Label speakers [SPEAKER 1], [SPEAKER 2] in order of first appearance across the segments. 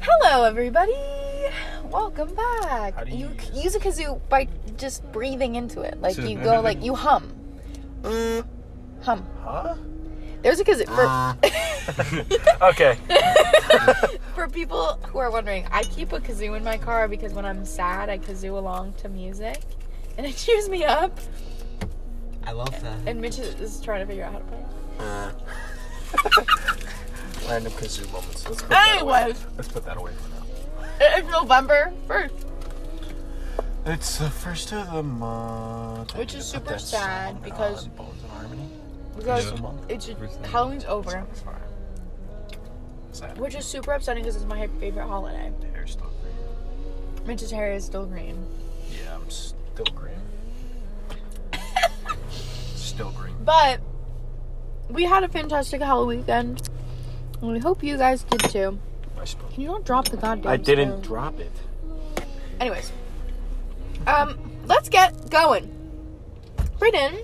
[SPEAKER 1] Hello, everybody. Welcome back.
[SPEAKER 2] How do
[SPEAKER 1] you
[SPEAKER 2] you
[SPEAKER 1] c- use a kazoo by just breathing into it. Like you go, like you hum, hum.
[SPEAKER 2] Huh?
[SPEAKER 1] There's a kazoo for
[SPEAKER 2] Okay.
[SPEAKER 1] for people who are wondering. I keep a kazoo in my car because when I'm sad, I kazoo along to music, and it cheers me up.
[SPEAKER 3] I love that.
[SPEAKER 1] And Mitch is, is trying to figure out how to play. it.
[SPEAKER 2] Random kazoo moments. Let's put
[SPEAKER 1] Hey,
[SPEAKER 2] that away.
[SPEAKER 1] what?
[SPEAKER 2] Let's put that away for
[SPEAKER 1] It's November first,
[SPEAKER 2] now. It's the first of the month. I
[SPEAKER 1] Which
[SPEAKER 2] need
[SPEAKER 1] is
[SPEAKER 2] to put
[SPEAKER 1] super
[SPEAKER 2] that
[SPEAKER 1] sad
[SPEAKER 2] song
[SPEAKER 1] because-
[SPEAKER 2] on Bones and Harmony.
[SPEAKER 1] because
[SPEAKER 2] It's a month.
[SPEAKER 1] it's
[SPEAKER 3] Everything.
[SPEAKER 1] Halloween's over,
[SPEAKER 2] It's fine. Sad.
[SPEAKER 1] which is super upsetting because it's my favorite holiday.
[SPEAKER 2] Hair's still green.
[SPEAKER 1] Mitch's hair is still green.
[SPEAKER 2] Yeah, I'm still green. still green.
[SPEAKER 1] But we had a fantastic Halloween weekend. And we hope you guys did too.
[SPEAKER 2] I suppose.
[SPEAKER 1] Can you not drop the goddamn
[SPEAKER 3] I didn't
[SPEAKER 1] spoon?
[SPEAKER 3] drop it.
[SPEAKER 1] Anyways. Um, let's get going. Britain,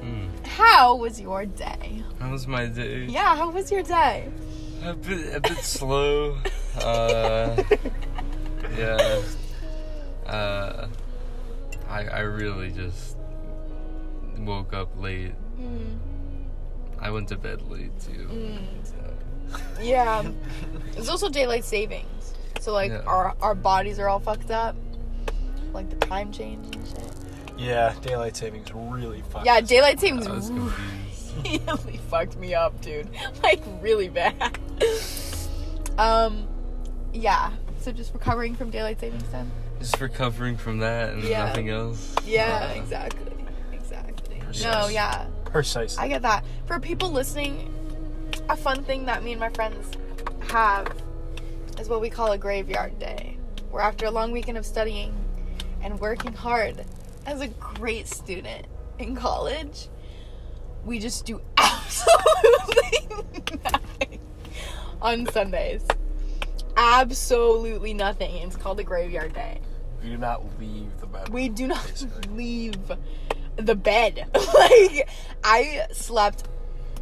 [SPEAKER 4] Mm.
[SPEAKER 1] how was your day?
[SPEAKER 4] How was my day?
[SPEAKER 1] Yeah, how was your day?
[SPEAKER 4] A bit, a bit slow. Uh, yeah. Uh, I, I really just woke up late.
[SPEAKER 1] Mm,
[SPEAKER 4] I went to bed late too.
[SPEAKER 1] mm,
[SPEAKER 4] So,
[SPEAKER 1] yeah. it's also daylight savings. So like
[SPEAKER 4] Yeah.
[SPEAKER 1] our our bodies are all fucked up. Like the time change and shit.
[SPEAKER 2] Yeah, daylight savings really fucked.
[SPEAKER 1] Yeah, daylight savings
[SPEAKER 4] I was confused.
[SPEAKER 1] really fucked me up, dude. Like really bad. Um, yeah. So just recovering from daylight savings time.
[SPEAKER 4] Just recovering from that and
[SPEAKER 1] Yeah.
[SPEAKER 4] nothing else.
[SPEAKER 1] Yeah,
[SPEAKER 4] Uh,
[SPEAKER 1] exactly, exactly. No,
[SPEAKER 2] Precise.
[SPEAKER 1] yeah,
[SPEAKER 2] Precisely.
[SPEAKER 1] I get that. For people listening, a fun thing that me and my friends have is what we call a graveyard day, where after a long weekend of studying and working hard as a great student in college, we just do absolutely nothing on Sundays. Absolutely nothing. It's called a graveyard day.
[SPEAKER 2] we do not leave the bedroom.
[SPEAKER 1] We do not
[SPEAKER 2] Basically.
[SPEAKER 1] leave the bed. like I slept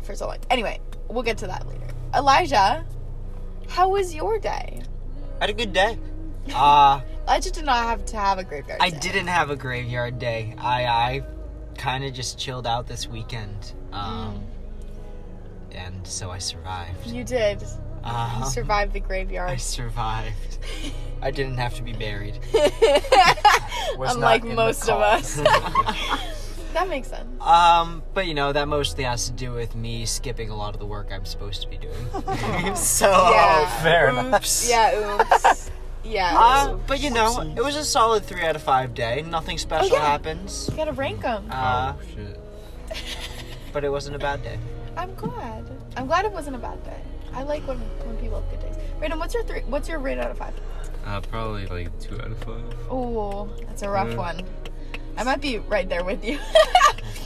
[SPEAKER 1] for so long. Anyway, we'll get to that later. Elijah, how was your day?
[SPEAKER 3] Had a good day. Uh,
[SPEAKER 1] Elijah did not have to have a graveyard.
[SPEAKER 3] I
[SPEAKER 1] day.
[SPEAKER 3] didn't have a graveyard day. I I kind of just chilled out this weekend. Um, and so I survived.
[SPEAKER 1] You did. You
[SPEAKER 3] Uh,
[SPEAKER 1] survived the
[SPEAKER 3] I
[SPEAKER 1] graveyard.
[SPEAKER 3] survived. I didn't have to be buried.
[SPEAKER 2] Was not
[SPEAKER 1] Unlike
[SPEAKER 2] in the
[SPEAKER 1] most of us.
[SPEAKER 2] coffin.
[SPEAKER 1] that makes sense.
[SPEAKER 3] Um, but you know that mostly has to do with me skipping a lot of the work I'm supposed to be doing. so
[SPEAKER 1] Yeah.
[SPEAKER 2] Fair
[SPEAKER 1] Oops.
[SPEAKER 2] enough.
[SPEAKER 1] Yeah, oops. yeah.
[SPEAKER 3] Uh,
[SPEAKER 1] oops.
[SPEAKER 3] but you know, it was a solid three out of five day. Nothing
[SPEAKER 1] Oh,
[SPEAKER 3] special
[SPEAKER 1] yeah.
[SPEAKER 3] happens.
[SPEAKER 1] You gotta rank them.
[SPEAKER 3] Uh,
[SPEAKER 4] oh, shit.
[SPEAKER 3] but it wasn't a bad day.
[SPEAKER 1] I'm glad. I'm glad it wasn't a bad day. I like when, when people have good days. Brandon, what's your three? What's your rate out of five?
[SPEAKER 4] Uh, probably like two out of five.
[SPEAKER 1] Oh, that's a rough
[SPEAKER 2] Mm.
[SPEAKER 4] Yeah.
[SPEAKER 1] one. I might be right there with you.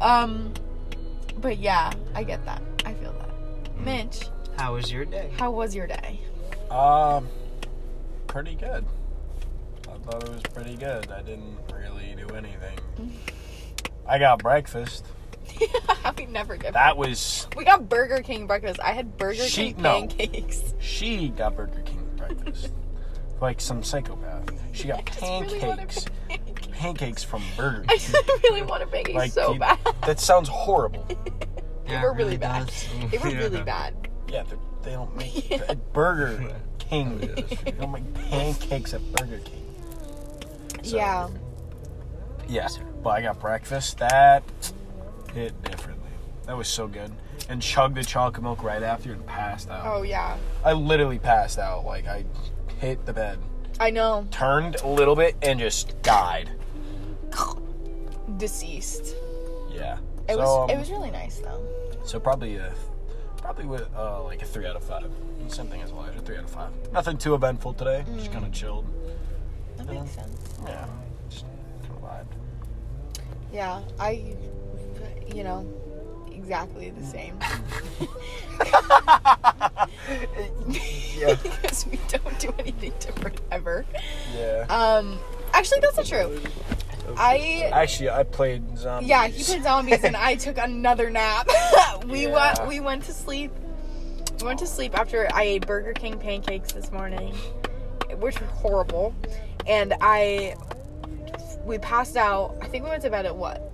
[SPEAKER 1] um, but yeah, I get that. I feel that.
[SPEAKER 2] Mm.
[SPEAKER 1] Mitch,
[SPEAKER 3] How was your day?
[SPEAKER 1] how was your day?
[SPEAKER 2] Um, pretty good. I thought it was pretty good. I didn't really do anything. I got breakfast.
[SPEAKER 1] we never get.
[SPEAKER 2] That was
[SPEAKER 1] We got Burger King breakfast. I had Burger
[SPEAKER 2] She-
[SPEAKER 1] King
[SPEAKER 2] no.
[SPEAKER 1] pancakes.
[SPEAKER 2] she got Burger King breakfast. like some psychopath. She got
[SPEAKER 1] I just really want a
[SPEAKER 2] pancakes.
[SPEAKER 1] pancake.
[SPEAKER 2] Pancakes from Burger
[SPEAKER 1] I
[SPEAKER 2] King.
[SPEAKER 1] just really want a pancake
[SPEAKER 2] Like
[SPEAKER 1] so
[SPEAKER 2] you-
[SPEAKER 1] bad.
[SPEAKER 2] That sounds horrible.
[SPEAKER 1] They
[SPEAKER 3] Yeah,
[SPEAKER 1] were
[SPEAKER 3] it
[SPEAKER 1] really bad.
[SPEAKER 3] does.
[SPEAKER 1] They were really
[SPEAKER 4] Yeah.
[SPEAKER 1] bad.
[SPEAKER 2] Yeah, they're- they don't make
[SPEAKER 1] Yeah.
[SPEAKER 2] at Burger King.
[SPEAKER 4] Oh, yeah, that's
[SPEAKER 2] they don't make pancakes at Burger King. So-
[SPEAKER 1] yeah.
[SPEAKER 2] Yeah, but I got breakfast. That hit differently. That was so good. And chugged the chocolate milk right after and passed out.
[SPEAKER 1] Oh yeah.
[SPEAKER 2] I literally passed out. Like I hit the bed,
[SPEAKER 1] I know.
[SPEAKER 2] turned a little bit, and just died.
[SPEAKER 1] Deceased.
[SPEAKER 2] Yeah.
[SPEAKER 1] It
[SPEAKER 2] so,
[SPEAKER 1] was.
[SPEAKER 2] um,
[SPEAKER 1] it was really nice though.
[SPEAKER 2] so probably a probably with uh, like a three out of five. Same thing as Elijah, three out of five. Nothing too eventful today. Just
[SPEAKER 1] Mm.
[SPEAKER 2] kind of chilled.
[SPEAKER 1] That makes sense.
[SPEAKER 2] Yeah. Just kind of vibed.
[SPEAKER 1] Yeah, I, you know, exactly
[SPEAKER 2] Mm.
[SPEAKER 1] the same.
[SPEAKER 2] Yeah.
[SPEAKER 1] because we don't do anything different ever.
[SPEAKER 2] Yeah.
[SPEAKER 1] Um, actually, that's not true. I
[SPEAKER 2] Actually, I played zombies.
[SPEAKER 1] yeah, he played zombies and I took another nap. we
[SPEAKER 2] Yeah.
[SPEAKER 1] went we went to sleep We went to sleep after I ate Burger King pancakes this morning, which were horrible. And I, we passed out. I think we went to bed at what,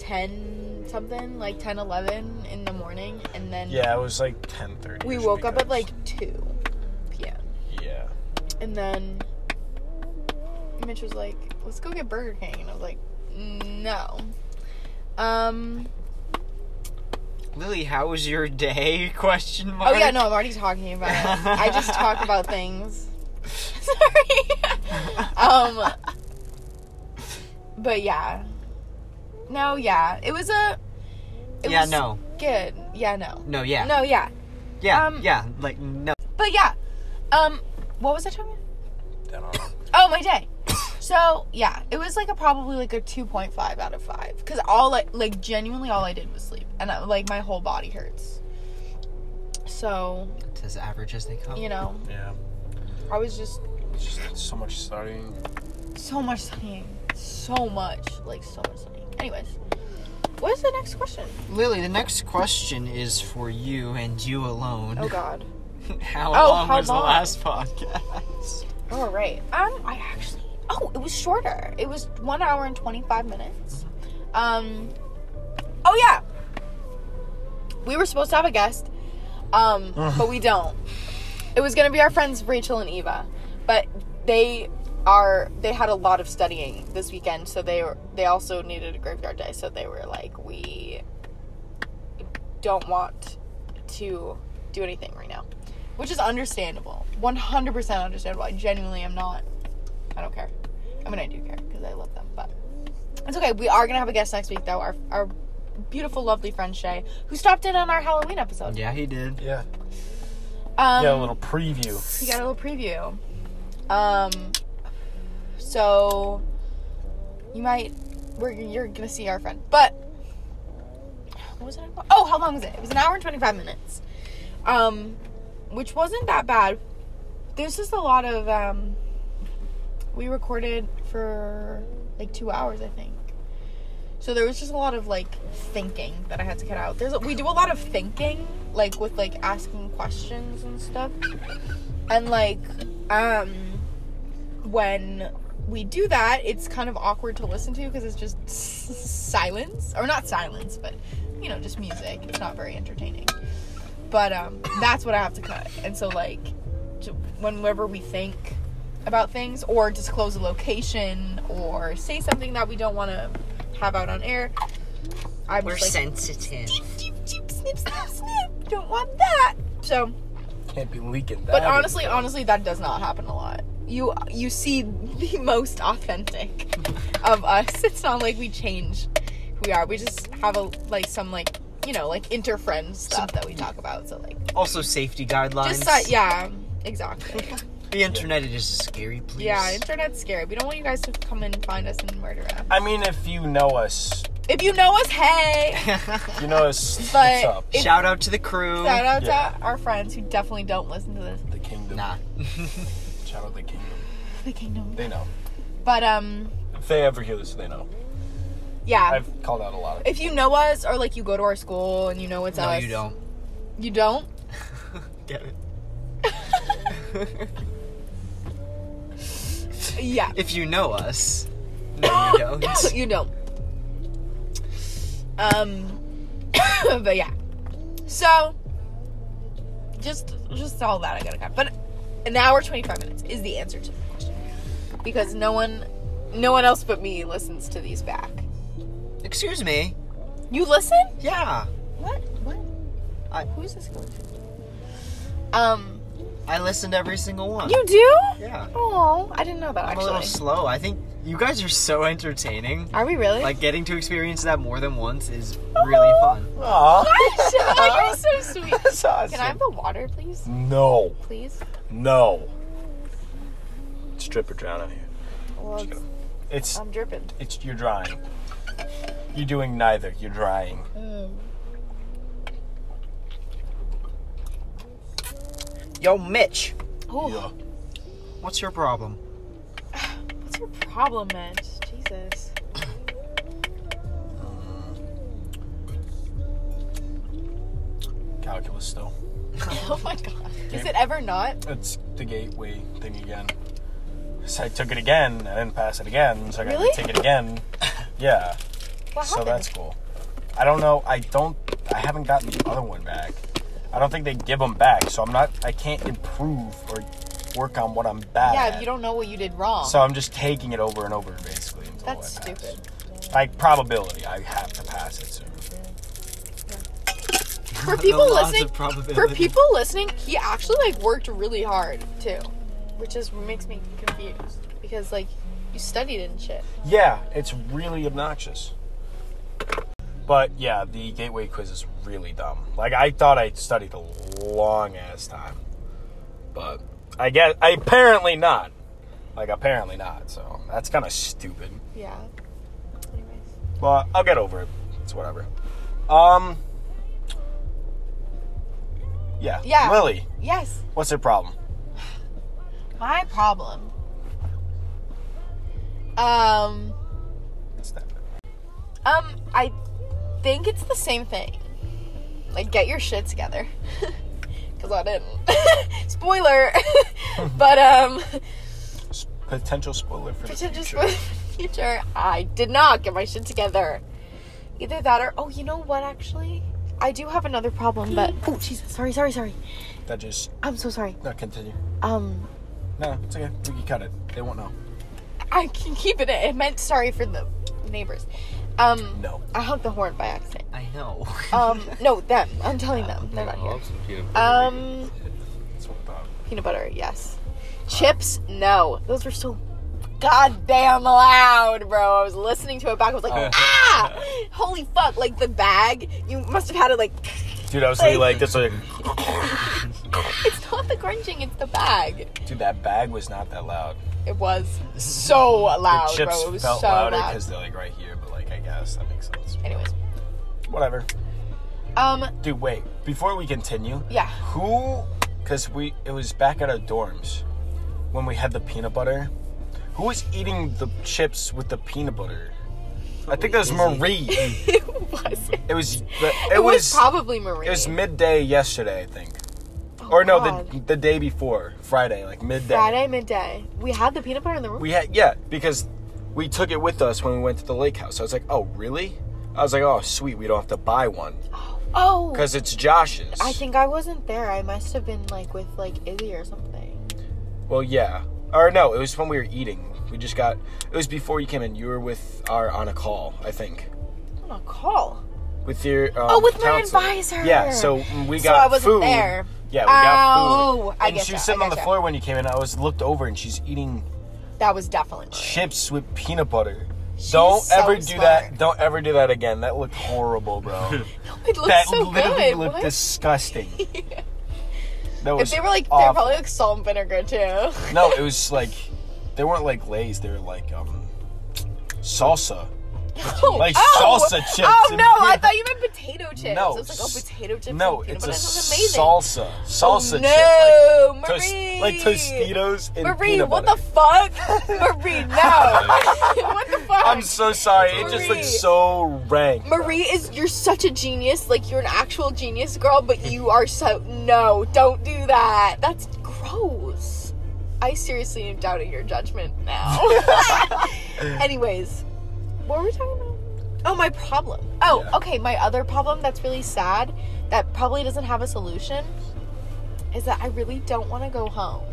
[SPEAKER 1] 10 something? Like 10, 11 in the morning. And then
[SPEAKER 2] Yeah, it was like 10:30.
[SPEAKER 1] we woke up at like 2 p.m.
[SPEAKER 2] Yeah.
[SPEAKER 1] And then Mitch was like, let's go get Burger King. And I was like, no. Um,
[SPEAKER 3] Lily, how was your day? Question mark.
[SPEAKER 1] oh, yeah, no, I'm already talking about it. I just talk about things. Sorry. um but yeah no yeah it was a it
[SPEAKER 3] yeah,
[SPEAKER 1] was
[SPEAKER 3] no,
[SPEAKER 1] good yeah no
[SPEAKER 3] no, yeah,
[SPEAKER 1] no yeah
[SPEAKER 3] yeah,
[SPEAKER 1] um,
[SPEAKER 3] yeah, like no.
[SPEAKER 1] but yeah um what was i talking about
[SPEAKER 2] I don't know.
[SPEAKER 1] oh my day so yeah it was like a probably like a 2.5 out of 5 because all like like genuinely all i did was sleep and I, like my whole body hurts so
[SPEAKER 3] It's as average as they come.
[SPEAKER 1] you know
[SPEAKER 2] Yeah.
[SPEAKER 1] i was just
[SPEAKER 2] It's just so much studying.
[SPEAKER 1] so much studying so much like so much studying anyways what is the next question
[SPEAKER 3] Lily, the next question is for you and you alone.
[SPEAKER 1] oh god
[SPEAKER 3] how
[SPEAKER 1] Oh,
[SPEAKER 3] long
[SPEAKER 1] how
[SPEAKER 3] was
[SPEAKER 1] long?
[SPEAKER 3] the last podcast?
[SPEAKER 1] Oh right. Um, I actually. Oh, it was shorter. It was one hour and twenty five minutes. Um. Oh yeah. We were supposed to have a guest, um, but we don't. It was gonna be our friends Rachel and Eva, but they are they had a lot of studying this weekend, so they were they also needed a graveyard day, so they were like, we don't want to do anything right now which is understandable 100% understandable i genuinely am not i don't care i mean i do care because i love them but it's okay we are gonna have a guest next week though our, our beautiful lovely friend shay who stopped in on our halloween episode
[SPEAKER 3] Yeah, he did.
[SPEAKER 2] Yeah.
[SPEAKER 1] um,
[SPEAKER 2] yeah, a little preview.
[SPEAKER 1] we got a little preview um so you might we're you're gonna see our friend but what was it about? oh how long was it it was an hour and 25 minutes um which wasn't that bad there's just a lot of um we recorded for like two hours i think so there was just a lot of like thinking that i had to cut out there's we do a lot of thinking like with like asking questions and stuff and like um when we do that it's kind of awkward to listen to because it's just silence or not silence but you know just music it's not very entertaining but um that's what i have to cut and so like j- whenever we think about things or disclose a location or say something that we don't want to have out on air i'm
[SPEAKER 3] We're
[SPEAKER 1] just like
[SPEAKER 3] sensitive.
[SPEAKER 1] "Cheep, cheep, snip snip snip don't want that so
[SPEAKER 2] Can't be leaking that.
[SPEAKER 1] but honestly, honestly, that does not happen a lot. You you see the most authentic of us. It's not like we change who we are. We just have a like some like you know like interfriend stuff that we talk about. So like
[SPEAKER 3] Also, safety guidelines.
[SPEAKER 1] just uh, yeah, exactly.
[SPEAKER 3] The internet is just scary, please.
[SPEAKER 1] yeah, internet's scary. We don't want you guys to come and find us and murder us.
[SPEAKER 2] I mean, if you know us,
[SPEAKER 1] If you know us, hey.
[SPEAKER 2] you know us.
[SPEAKER 1] But
[SPEAKER 2] what's up?
[SPEAKER 1] if-
[SPEAKER 3] Shout out to the crew.
[SPEAKER 1] Shout out
[SPEAKER 2] Yeah.
[SPEAKER 1] to our friends who definitely don't listen to this.
[SPEAKER 2] The kingdom.
[SPEAKER 3] Nah.
[SPEAKER 2] Shout out the kingdom.
[SPEAKER 1] The kingdom.
[SPEAKER 2] They know.
[SPEAKER 1] But um,
[SPEAKER 2] If they ever hear this, they know.
[SPEAKER 1] yeah.
[SPEAKER 2] I've called out a lot of.
[SPEAKER 1] if you know us or like you go to our school and you know it's
[SPEAKER 3] no,
[SPEAKER 1] us,
[SPEAKER 3] you don't.
[SPEAKER 1] You don't.
[SPEAKER 3] Get it.
[SPEAKER 1] Yeah.
[SPEAKER 3] If you know us, no, you don't.
[SPEAKER 1] you don't. Um, but yeah. So, just just all that I gotta cut. But an hour twenty five minutes is the answer to the question because no one, no one else but me listens to these back.
[SPEAKER 3] Excuse me.
[SPEAKER 1] You listen?
[SPEAKER 3] Yeah.
[SPEAKER 1] What? What?
[SPEAKER 3] I-
[SPEAKER 1] Who is this going to? Um,
[SPEAKER 3] I listened to every single one.
[SPEAKER 1] you do?
[SPEAKER 3] Uh, Yeah.
[SPEAKER 1] Oh, I didn't know that
[SPEAKER 3] I'm a
[SPEAKER 1] actually.
[SPEAKER 3] little slow. I think you guys are so entertaining.
[SPEAKER 1] Are we really?
[SPEAKER 3] Like getting to experience that more than once is really fun.
[SPEAKER 2] Aw,
[SPEAKER 1] Gosh, you're so sweet.
[SPEAKER 2] that's awesome.
[SPEAKER 1] Can I have the water, please?
[SPEAKER 2] No,
[SPEAKER 1] Please.
[SPEAKER 2] no. Stripper drown out here.
[SPEAKER 1] Well,
[SPEAKER 2] Just kidding. It's
[SPEAKER 1] I'm dripping.
[SPEAKER 2] it's you're drying. You're doing neither. You're drying.
[SPEAKER 3] Oh, Yo, Mitch,
[SPEAKER 1] Oh,
[SPEAKER 2] Yeah.
[SPEAKER 3] what's your problem?
[SPEAKER 1] what's your problem, man? Jesus.
[SPEAKER 2] Calculus still.
[SPEAKER 1] oh my god. Is it ever not?
[SPEAKER 2] It's the gateway thing again. So I took it again. I didn't pass it again. So I got
[SPEAKER 1] Really?
[SPEAKER 2] to take it again. Yeah.
[SPEAKER 1] What
[SPEAKER 2] so
[SPEAKER 1] happened?
[SPEAKER 2] that's cool. I don't know. I don't. I haven't gotten the other one back. I don't think they give them back. So I'm not. I can't improve or work on what I'm bad.
[SPEAKER 1] yeah,
[SPEAKER 2] at.
[SPEAKER 1] if you don't know what you did wrong.
[SPEAKER 2] So I'm just taking it over and over basically until I
[SPEAKER 1] That's
[SPEAKER 2] pass.
[SPEAKER 1] stupid.
[SPEAKER 2] Like probability, I have to pass it soon.
[SPEAKER 1] for people
[SPEAKER 3] laws of
[SPEAKER 1] listening, for
[SPEAKER 3] probability.
[SPEAKER 1] people listening, he actually like worked really hard too, which is makes me confused because like you studied and shit.
[SPEAKER 2] Yeah, it's really obnoxious. But yeah, the gateway quiz is really dumb. Like I thought I studied a long ass time, but I guess I apparently not. Like apparently not. So that's kind of stupid.
[SPEAKER 1] Yeah. Anyways,
[SPEAKER 2] But I'll get over it. It's whatever. Um. Yeah.
[SPEAKER 1] Yeah.
[SPEAKER 2] Lily,
[SPEAKER 1] yes,
[SPEAKER 2] what's her problem?
[SPEAKER 1] my problem. Um,
[SPEAKER 2] It's that.
[SPEAKER 1] um, I think it's the same thing. Like, get your shit together, because I didn't. Spoiler, but um.
[SPEAKER 2] S- potential spoiler for
[SPEAKER 1] pretentious
[SPEAKER 2] the
[SPEAKER 1] for the
[SPEAKER 2] future.
[SPEAKER 1] future. I did not get my shit together. Either that or oh, you know what? Actually, I do have another problem, but oh, Jesus, sorry, sorry, sorry.
[SPEAKER 2] That just
[SPEAKER 1] I'm so sorry.
[SPEAKER 2] no continue.
[SPEAKER 1] Um,
[SPEAKER 2] No, it's okay. We can cut it. They won't know.
[SPEAKER 1] I can keep it. in. It meant sorry for the neighbors. Um,
[SPEAKER 2] No.
[SPEAKER 1] I honked the horn by accident.
[SPEAKER 3] I know.
[SPEAKER 1] Um, no, them. I'm telling them. They're not
[SPEAKER 4] I'll
[SPEAKER 1] here.
[SPEAKER 4] have some peanut butter.
[SPEAKER 1] Um,
[SPEAKER 2] That's what I thought.
[SPEAKER 1] peanut butter, yes. Chips, no. Those were so goddamn loud, bro. I was listening to it back. I was like, ah, holy fuck! Like the bag, you must have had it like
[SPEAKER 2] Dude, I was
[SPEAKER 1] really
[SPEAKER 2] like this. Like,
[SPEAKER 1] It's not the crunching, it's the bag.
[SPEAKER 2] dude, that bag was not that loud.
[SPEAKER 1] It was so loud,
[SPEAKER 2] the chips
[SPEAKER 1] Oh, bro. It was
[SPEAKER 2] felt
[SPEAKER 1] so
[SPEAKER 2] louder
[SPEAKER 1] loud.
[SPEAKER 2] because they're like right here. But like, I guess that makes sense.
[SPEAKER 1] Anyways,
[SPEAKER 2] Whatever.
[SPEAKER 1] um,
[SPEAKER 2] Dude, wait. Before we continue,
[SPEAKER 1] yeah,
[SPEAKER 2] who? Because we it was back at our dorms when we had the peanut butter. Who was eating the chips with the peanut butter? I think that was
[SPEAKER 3] Izzy.
[SPEAKER 2] Marie.
[SPEAKER 1] it was. It,
[SPEAKER 2] It was. It,
[SPEAKER 1] was,
[SPEAKER 2] was
[SPEAKER 1] probably Marie.
[SPEAKER 2] It was midday yesterday, I think.
[SPEAKER 1] Oh,
[SPEAKER 2] or no,
[SPEAKER 1] God.
[SPEAKER 2] the, the day before, Friday, like midday.
[SPEAKER 1] Friday midday. We had the peanut butter in the room.
[SPEAKER 2] We had yeah, because we took it with us when we went to the lake house. I was like, "Oh, really?" I was like, "Oh, sweet, we don't have to buy one
[SPEAKER 1] oh,
[SPEAKER 2] cuz it's Josh's."
[SPEAKER 1] I think I wasn't there. I must have been like with like Izzy or something.
[SPEAKER 2] Well, yeah. Or no, it was when we were eating. We just got It was before you came in. You were with our on a call, I think.
[SPEAKER 1] On a call.
[SPEAKER 2] With your um,
[SPEAKER 1] Oh, with my
[SPEAKER 2] counselor.
[SPEAKER 1] advisor.
[SPEAKER 2] Yeah, so we
[SPEAKER 1] So
[SPEAKER 2] got
[SPEAKER 1] I wasn't
[SPEAKER 2] food.
[SPEAKER 1] there.
[SPEAKER 2] Yeah, we got
[SPEAKER 1] Oh,
[SPEAKER 2] food.
[SPEAKER 1] I
[SPEAKER 2] and
[SPEAKER 1] getcha,
[SPEAKER 2] she was
[SPEAKER 1] I
[SPEAKER 2] sitting on the
[SPEAKER 1] getcha.
[SPEAKER 2] floor when you came in. I was looked over and she's eating
[SPEAKER 1] That was definitely Marie.
[SPEAKER 2] chips with peanut butter.
[SPEAKER 1] She's
[SPEAKER 2] don't
[SPEAKER 1] so
[SPEAKER 2] ever do
[SPEAKER 1] smart.
[SPEAKER 2] that. Don't ever do that again. That looked horrible, bro.
[SPEAKER 1] It looked
[SPEAKER 2] that
[SPEAKER 1] so
[SPEAKER 2] literally
[SPEAKER 1] good.
[SPEAKER 2] looked
[SPEAKER 1] What?
[SPEAKER 2] disgusting. That was
[SPEAKER 1] If they were like, they're
[SPEAKER 2] awful.
[SPEAKER 1] probably like salt and vinegar too.
[SPEAKER 2] no, it was like they weren't like Lay's. They were like um salsa. Like salsa chips
[SPEAKER 1] Oh
[SPEAKER 2] and
[SPEAKER 1] no, I
[SPEAKER 2] peanut-
[SPEAKER 1] thought you meant potato chips.
[SPEAKER 2] No,
[SPEAKER 1] I was like, oh,
[SPEAKER 2] s-
[SPEAKER 1] potato chips.
[SPEAKER 2] No,
[SPEAKER 1] and peanut
[SPEAKER 2] it's a
[SPEAKER 1] butter. That sounds amazing.
[SPEAKER 2] salsa salsa
[SPEAKER 1] Oh, no,
[SPEAKER 2] chip. Like, toast-
[SPEAKER 1] Marie.
[SPEAKER 2] like Tostitos and
[SPEAKER 1] Marie,
[SPEAKER 2] peanut
[SPEAKER 1] what the
[SPEAKER 2] butter.
[SPEAKER 1] fuck? Marie, no. what the fuck?
[SPEAKER 2] I'm so sorry. It
[SPEAKER 1] Marie.
[SPEAKER 2] just looks so rank.
[SPEAKER 1] Marie is you're such a genius. Like you're an actual genius girl, but you are so no, don't do that. That's gross. I seriously am doubting your judgment now. Anyways, what were we talking about? Oh, my problem. Oh,
[SPEAKER 2] Yeah.
[SPEAKER 1] okay, my other problem that's really sad that probably doesn't have a solution is that I really don't want to go home.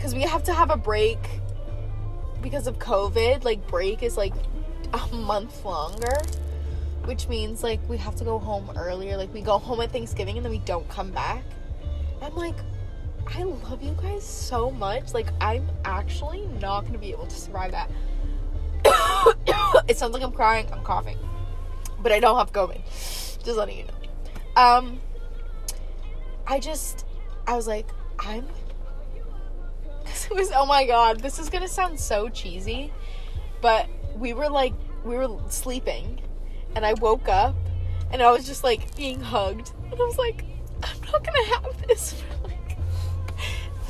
[SPEAKER 1] Cuz we have to have a break because of COVID, like break is like a month longer, which means like we have to go home earlier. Like we go home at Thanksgiving and then we don't come back. I'm like, I love you guys so much. Like I'm actually not gonna be able to survive that. it sounds like I'm crying. I'm coughing, but I don't have COVID. Just letting you know. Um, I just, I was like, I'm. Cause it was, oh my god, this is gonna sound so cheesy but we were like we were sleeping and i woke up and i was just like being hugged and i was like i'm not gonna have this for like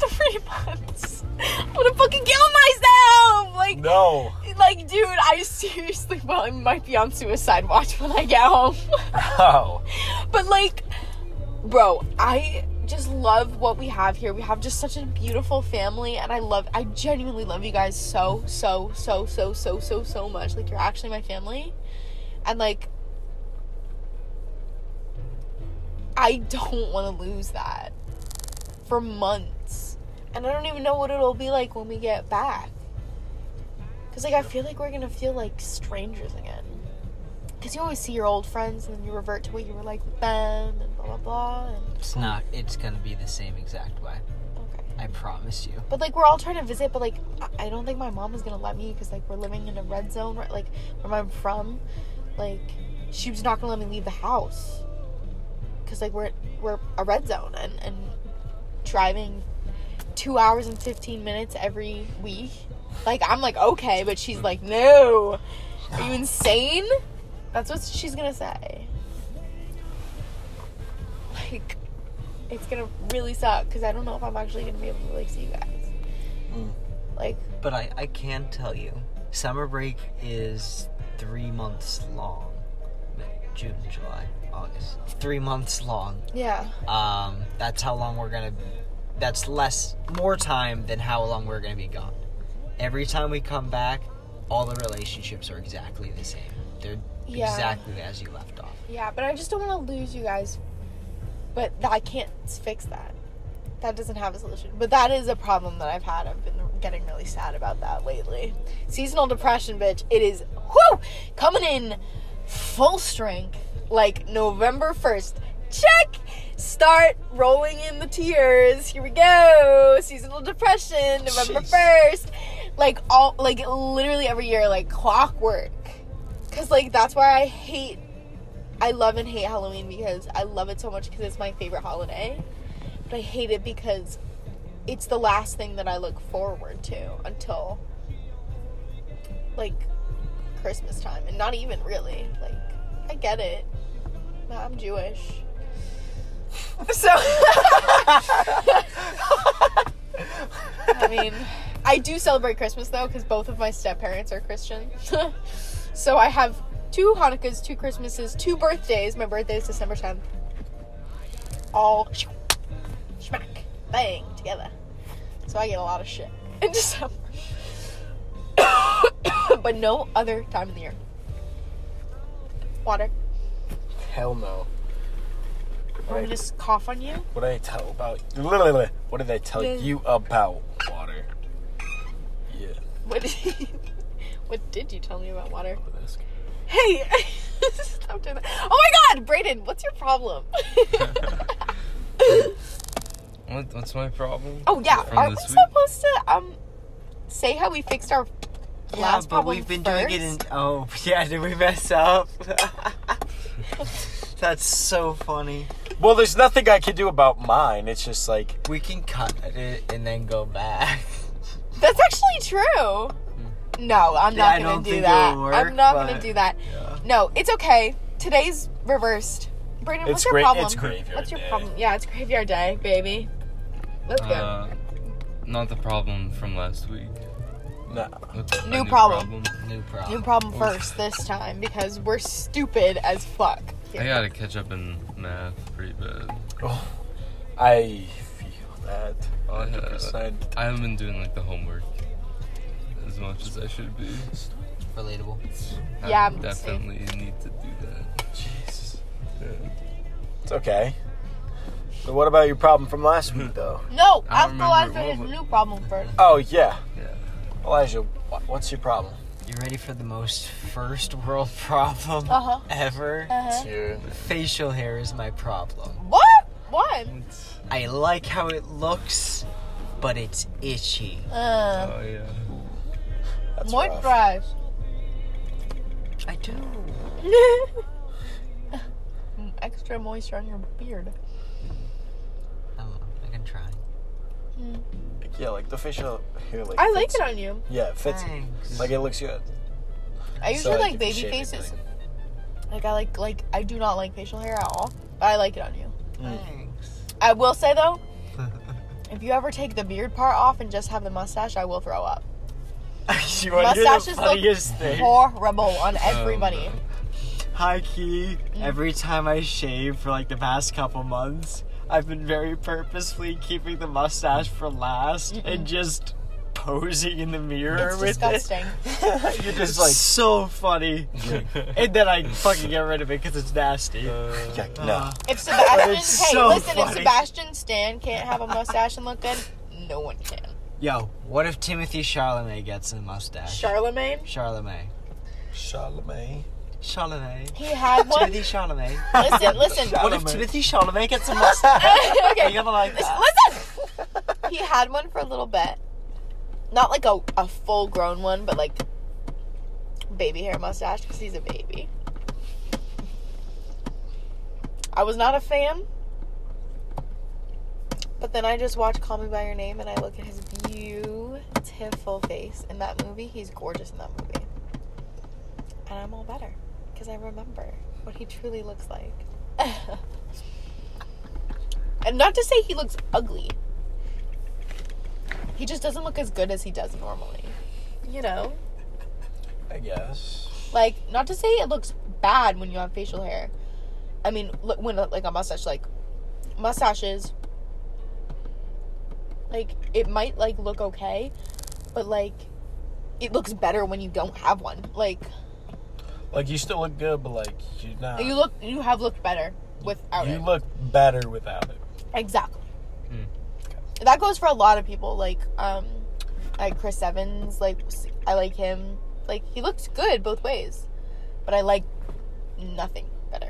[SPEAKER 1] three months i'm gonna fucking kill myself like
[SPEAKER 2] No.
[SPEAKER 1] like dude i seriously well i might be on suicide watch when i get home
[SPEAKER 2] Wow.
[SPEAKER 1] but like bro i just love what we have here we have just such a beautiful family and i love i genuinely love you guys so so so so so so so much like you're actually my family and like i don't want to lose that for months and i don't even know what it'll be like when we get back because like i feel like we're gonna feel like strangers again because you always see your old friends and then you revert to what you were like with them and blah blah blah and
[SPEAKER 3] It's not. It's gonna be the same exact way.
[SPEAKER 1] okay
[SPEAKER 3] I promise you.
[SPEAKER 1] but like we're all trying to visit but like I- i don't think my mom is gonna let me because like we're living in a red zone right like where i'm from like she was not gonna let me leave the house because like we're we're a red zone and and driving two hours and 15 minutes every week like i'm like okay but she's like no are you insane that's what she's gonna say like it's gonna really suck because i don't know if i'm actually gonna be able to like see you guys
[SPEAKER 2] Mm.
[SPEAKER 1] like
[SPEAKER 3] But I, I can tell you, summer break is three months long. June, July, August. Three months long.
[SPEAKER 1] yeah
[SPEAKER 3] Um, that's how long we're gonna. That's less, more time than how long we're gonna be gone. Every time we come back, all the relationships are exactly the same. They're
[SPEAKER 1] Yeah.
[SPEAKER 3] exactly as you left off.
[SPEAKER 1] Yeah, but I just don't want to lose you guys. But th- I can't fix that. That doesn't have a solution. But that is a problem that I've had. I've been getting really sad about that lately. Seasonal depression, bitch. It is whoo coming in full strength. Like November first. Check. Start rolling in the tears. Here we go. Seasonal depression, November
[SPEAKER 3] Jeez.
[SPEAKER 1] first. Like all, like literally every year, like clockwork. Cause like that's why I hate I love and hate Halloween because I love it so much because it's my favorite holiday. But I hate it because it's the last thing that I look forward to until like Christmas time. And not even really. Like, I get it. No, I'm Jewish. So I mean, I do celebrate Christmas though because both of my step parents are Christian. so I have two Hanukkahs, two Christmases, two birthdays. My birthday is December 10th. All smack, bang together. So I get a lot of shit in December. but no other time of the year. Water.
[SPEAKER 2] Hell no.
[SPEAKER 1] I'm gonna just cough on you.
[SPEAKER 2] What did I tell about? Literally, what did I tell
[SPEAKER 1] Yeah.
[SPEAKER 2] you about water? Yeah.
[SPEAKER 1] What did, what did you tell me about water?
[SPEAKER 2] look at this.
[SPEAKER 1] Hey, stop doing that. Oh my god, Brayden, what's your problem?
[SPEAKER 4] What, what's my problem?
[SPEAKER 1] oh yeah,
[SPEAKER 4] From
[SPEAKER 1] aren't we
[SPEAKER 4] this week?
[SPEAKER 1] supposed to um say how we fixed our last
[SPEAKER 3] but
[SPEAKER 1] problem
[SPEAKER 3] we've been
[SPEAKER 1] first?
[SPEAKER 3] doing it in. Oh, yeah, did we mess up? That's so funny.
[SPEAKER 2] Well, there's nothing I can do about mine. It's just like
[SPEAKER 3] We can cut it and then go back.
[SPEAKER 1] That's actually true.
[SPEAKER 4] Hmm.
[SPEAKER 1] No, I'm
[SPEAKER 3] Yeah,
[SPEAKER 1] not
[SPEAKER 3] I don't
[SPEAKER 1] gonna do
[SPEAKER 3] think
[SPEAKER 1] that.
[SPEAKER 3] it'll work,
[SPEAKER 1] I'm not gonna
[SPEAKER 3] but-
[SPEAKER 1] do that. No, it's okay. Today's reversed. Brayden, what's
[SPEAKER 2] it's
[SPEAKER 1] your
[SPEAKER 2] great.
[SPEAKER 1] problem?
[SPEAKER 2] It's graveyard.
[SPEAKER 1] What's your
[SPEAKER 2] day.
[SPEAKER 1] problem? Yeah, it's graveyard day, baby. Let's go.
[SPEAKER 4] Uh, not the problem from last week.
[SPEAKER 2] No.
[SPEAKER 4] What's my
[SPEAKER 1] New problem.
[SPEAKER 3] New problem.
[SPEAKER 1] New problem first this time because we're stupid as fuck.
[SPEAKER 4] I gotta catch up in math pretty bad.
[SPEAKER 2] I feel that 100. percent
[SPEAKER 4] I haven't been doing like the homework as much as I should be.
[SPEAKER 3] Relatable.
[SPEAKER 4] I
[SPEAKER 1] Yeah, I'm the same.
[SPEAKER 4] definitely need to do that.
[SPEAKER 2] Jesus. It's okay. So what about your problem from last week though?
[SPEAKER 1] No,
[SPEAKER 4] I
[SPEAKER 1] I'll
[SPEAKER 4] don't
[SPEAKER 1] go
[SPEAKER 4] remember
[SPEAKER 1] after
[SPEAKER 4] it
[SPEAKER 1] his
[SPEAKER 4] well, but-
[SPEAKER 1] new problem first.
[SPEAKER 2] Oh yeah,
[SPEAKER 4] Yeah.
[SPEAKER 2] Elijah. wh- What's your problem?
[SPEAKER 3] You ready for the most first world problem
[SPEAKER 1] Uh-huh.
[SPEAKER 3] ever?
[SPEAKER 1] Uh-huh.
[SPEAKER 2] Your
[SPEAKER 3] Facial hair is my problem.
[SPEAKER 1] What? What?
[SPEAKER 3] I like how it looks, but it's itchy.
[SPEAKER 1] Uh,
[SPEAKER 4] Oh yeah.
[SPEAKER 2] that's rough.
[SPEAKER 1] moisturize.
[SPEAKER 3] I do.
[SPEAKER 1] Mm, Extra moisture on your beard.
[SPEAKER 3] I don't know. Oh, I can try.
[SPEAKER 2] Like, yeah, like the facial hair. Like
[SPEAKER 1] I like
[SPEAKER 2] fits-
[SPEAKER 1] it on you.
[SPEAKER 2] Yeah, it fits.
[SPEAKER 3] Thanks.
[SPEAKER 2] Like it looks good.
[SPEAKER 1] I
[SPEAKER 2] So,
[SPEAKER 1] usually like
[SPEAKER 2] you can
[SPEAKER 1] baby
[SPEAKER 2] shave it,
[SPEAKER 1] faces. Like
[SPEAKER 2] like-
[SPEAKER 1] I like like I do not like facial hair at all, but I like it on you.
[SPEAKER 3] Thanks.
[SPEAKER 1] I will say though, if you ever take the beard part off and just have the mustache, I will throw up.
[SPEAKER 3] you
[SPEAKER 1] Mustaches look
[SPEAKER 3] thing?
[SPEAKER 1] horrible on everybody.
[SPEAKER 3] High key, every time I shave for like the past couple months, I've been very purposefully keeping the mustache for last and just posing in the mirror
[SPEAKER 1] It's
[SPEAKER 3] with
[SPEAKER 1] disgusting.
[SPEAKER 3] it. You're just like so funny, and then I fucking get rid of it because it's nasty.
[SPEAKER 2] Yeah, no.
[SPEAKER 1] If Sebastian, hey,
[SPEAKER 3] It's so
[SPEAKER 1] listen, if
[SPEAKER 3] funny.
[SPEAKER 1] Sebastian Stan can't have a mustache and look good, no one can.
[SPEAKER 3] Yo, what if Timothy Charlemagne gets a mustache?
[SPEAKER 1] Charlemagne,
[SPEAKER 3] Charlemagne.
[SPEAKER 2] Charlemagne.
[SPEAKER 3] Charlemagne.
[SPEAKER 1] he had one.
[SPEAKER 3] Timothy Charlemagne.
[SPEAKER 1] listen, listen.
[SPEAKER 3] What if Timothy Charlemagne gets a mustache? Are you
[SPEAKER 1] okay,
[SPEAKER 3] gonna like that?
[SPEAKER 1] listen. He had one for a little bit, not like a, a full grown one, but like baby hair mustache because he's a baby. I was not a fan, but then I just watched Call Me by Your Name and I look at his beautiful face in that movie. He's gorgeous in that movie, and I'm all better because I remember what he truly looks like. And not to say he looks ugly. He just doesn't look as good as he does normally. You know?
[SPEAKER 2] I guess.
[SPEAKER 1] Like, not to say it looks bad when you have facial hair. I mean, look, when, like, a mustache, like, mustaches, like, it might, like, look okay, but, like, it looks better when you don't have one. Like,
[SPEAKER 2] Like you still look good, but like you're not.
[SPEAKER 1] you look, you have looked better without
[SPEAKER 2] you
[SPEAKER 1] it.
[SPEAKER 2] look better without it.
[SPEAKER 1] Exactly.
[SPEAKER 4] Hmm.
[SPEAKER 1] That goes for a lot of people. Like, um, like Chris Evans. Like, I like him. Like, he looks good both ways, but I like nothing better.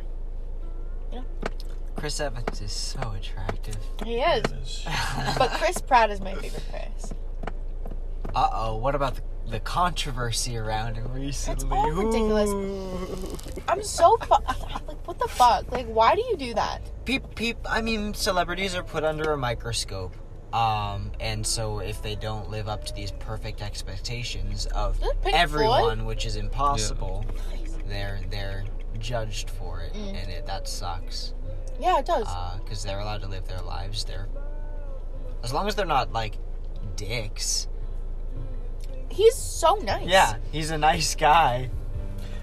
[SPEAKER 3] Chris Evans is so attractive.
[SPEAKER 1] He is,
[SPEAKER 2] It is.
[SPEAKER 1] but Chris Pratt is my favorite Chris.
[SPEAKER 3] Uh oh, what about the, the controversy around him recently?
[SPEAKER 1] all ridiculous.
[SPEAKER 3] Ooh.
[SPEAKER 1] I'm so fu- I'm like, what the fuck? Like, why do you do that?
[SPEAKER 3] Peep, peep. I mean, celebrities are put under a microscope. Um, and so if they don't live up to these perfect expectations of
[SPEAKER 1] Isn't Pink
[SPEAKER 3] everyone, which is impossible, they're they're judged for it, and it that sucks.
[SPEAKER 1] Yeah, it
[SPEAKER 2] Uh,
[SPEAKER 1] does.
[SPEAKER 3] because Uh, they're allowed to live their lives. They're as long as they're not like dicks.
[SPEAKER 1] He's so nice.
[SPEAKER 3] Yeah, he's a nice guy.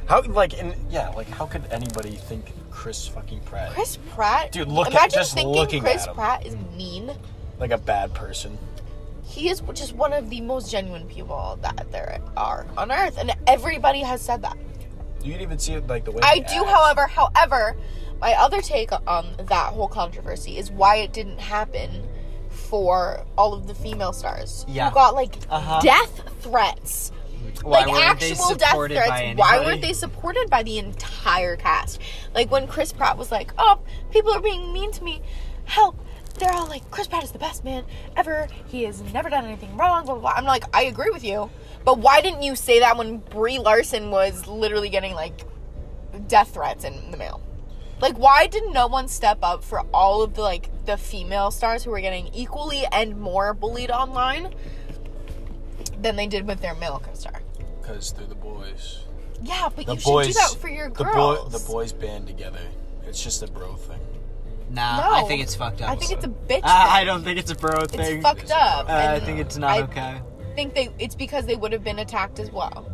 [SPEAKER 2] How like and yeah, like how could anybody think Chris fucking Pratt
[SPEAKER 1] Chris Pratt.
[SPEAKER 2] Dude, look at-
[SPEAKER 1] Imagine
[SPEAKER 2] just
[SPEAKER 1] thinking
[SPEAKER 2] looking
[SPEAKER 1] Chris
[SPEAKER 2] at him. Hmm.
[SPEAKER 1] Pratt is mean.
[SPEAKER 2] like a bad person?
[SPEAKER 1] he is just one of the most genuine people that there are on earth and everybody has said that
[SPEAKER 2] You can even see it like the way
[SPEAKER 1] i
[SPEAKER 2] he
[SPEAKER 1] do
[SPEAKER 2] acts.
[SPEAKER 1] however however my other take on that whole controversy is why it didn't happen for all of the female stars
[SPEAKER 3] Yeah.
[SPEAKER 1] who got like
[SPEAKER 3] Uh-huh.
[SPEAKER 1] death threats
[SPEAKER 3] Why
[SPEAKER 1] like
[SPEAKER 3] weren't they
[SPEAKER 1] actual death
[SPEAKER 3] supported by
[SPEAKER 1] threats. Why
[SPEAKER 3] anybody?
[SPEAKER 1] weren't they supported by the entire cast? Like when Chris Pratt was like, "Oh, people are being mean to me. Help!" They're all like, "Chris Pratt is the best man ever. He has never done anything wrong." Blah blah. blah. I'm like, I agree with you, but why didn't you say that when Brie Larson was literally getting like death threats in the mail? Like, why did no one step up for all of the like the female stars who were getting equally and more bullied online than they did with their male co-star?
[SPEAKER 2] because they're the boys.
[SPEAKER 1] Yeah, but
[SPEAKER 2] The
[SPEAKER 1] you
[SPEAKER 2] boys
[SPEAKER 1] should do that for your
[SPEAKER 2] the boy-
[SPEAKER 1] girls.
[SPEAKER 2] the boys band together. It's just a bro thing.
[SPEAKER 3] Nah,
[SPEAKER 1] No.
[SPEAKER 3] I think it's fucked up.
[SPEAKER 1] I think it's a bitch.
[SPEAKER 3] I, I
[SPEAKER 2] Ah,
[SPEAKER 1] thing.
[SPEAKER 3] don't think it's a bro thing.
[SPEAKER 1] It's fucked up.
[SPEAKER 3] Uh, I
[SPEAKER 1] and
[SPEAKER 3] think it's not
[SPEAKER 1] I-
[SPEAKER 3] okay.
[SPEAKER 1] think they. It's because they would have been attacked as well,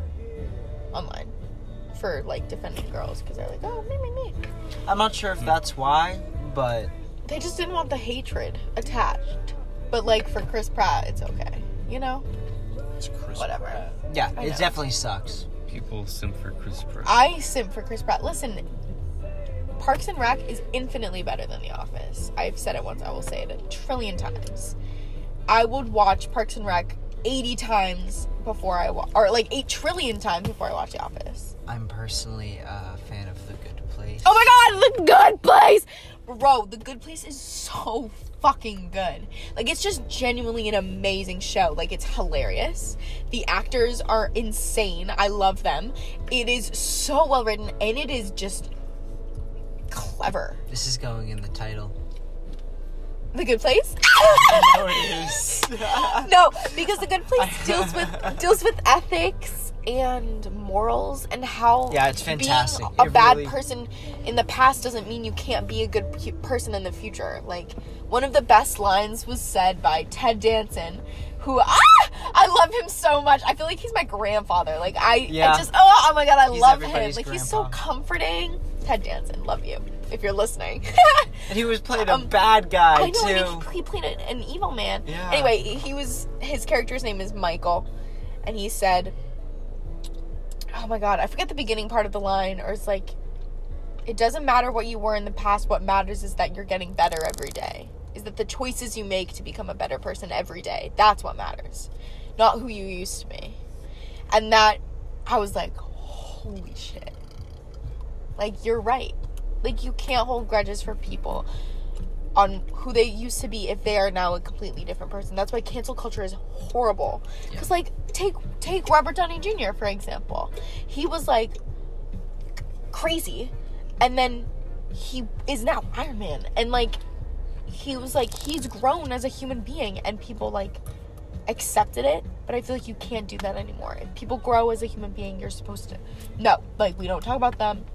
[SPEAKER 1] online, for like defending girls because they're like, oh me me me.
[SPEAKER 3] I'm not sure if that's why, but
[SPEAKER 1] They just didn't want the hatred attached. But like for Chris Pratt, it's okay. You know.
[SPEAKER 2] It's Chris
[SPEAKER 1] Whatever.
[SPEAKER 2] Pratt.
[SPEAKER 3] yeah,
[SPEAKER 1] I
[SPEAKER 3] it
[SPEAKER 1] know.
[SPEAKER 3] definitely sucks.
[SPEAKER 4] People simp for Chris Pratt.
[SPEAKER 1] I simp for Chris Pratt. Listen, Parks and Rec is infinitely better than The Office. I've said it once, I will say it a trillion times. I would watch Parks and Rec 80 times before I wa- or like 8 trillion times before I watch The Office.
[SPEAKER 3] I'm personally a fan of The Good Place.
[SPEAKER 1] Oh my god, The Good Place! Bro, The Good Place is so fucking good. Like it's just genuinely an amazing show. Like it's hilarious. The actors are insane. I love them. It is so well written and it is just clever.
[SPEAKER 3] This is going in the title.
[SPEAKER 1] The Good Place?
[SPEAKER 3] No, it is.
[SPEAKER 1] no, because The Good Place deals with deals with ethics and morals and how
[SPEAKER 3] Yeah, it's fantastic.
[SPEAKER 1] Being a
[SPEAKER 3] It
[SPEAKER 1] bad
[SPEAKER 3] really-
[SPEAKER 1] person in the past doesn't mean you can't be a good p- person in the future. Like one of the best lines was said by Ted Danson, who ah, I love him so much. I feel like he's my grandfather. Like I,
[SPEAKER 3] Yeah.
[SPEAKER 1] I just oh, oh my god, I
[SPEAKER 3] He's
[SPEAKER 1] love him. Like
[SPEAKER 3] everybody's
[SPEAKER 1] he's so
[SPEAKER 3] grandpa.
[SPEAKER 1] comforting. Ted Danson, love you if you're listening.
[SPEAKER 3] And he was playing a
[SPEAKER 1] Um,
[SPEAKER 3] bad guy
[SPEAKER 1] I know
[SPEAKER 3] too.
[SPEAKER 1] and he, he played an, an evil man.
[SPEAKER 3] Yeah.
[SPEAKER 1] Anyway, he was his character's name is Michael, and he said, "Oh my God, I forget the beginning part of the line, or it's like, it doesn't matter what you were in the past. What matters is that you're getting better every day. Is that the choices you make to become a better person every day? That's what matters, not who you used to be." And that, I was like, "Holy shit!" Like you're right. Like you can't hold grudges for people on who they used to be if they are now a completely different person. That's why cancel culture is horrible. Because like take take Robert Downey Jr. for example, he was like crazy, and then he is now Iron Man, and like he was like he's grown as a human being, and people like accepted it. But I feel like you can't do that anymore. If people grow as a human being, you're supposed to no like we don't talk about them.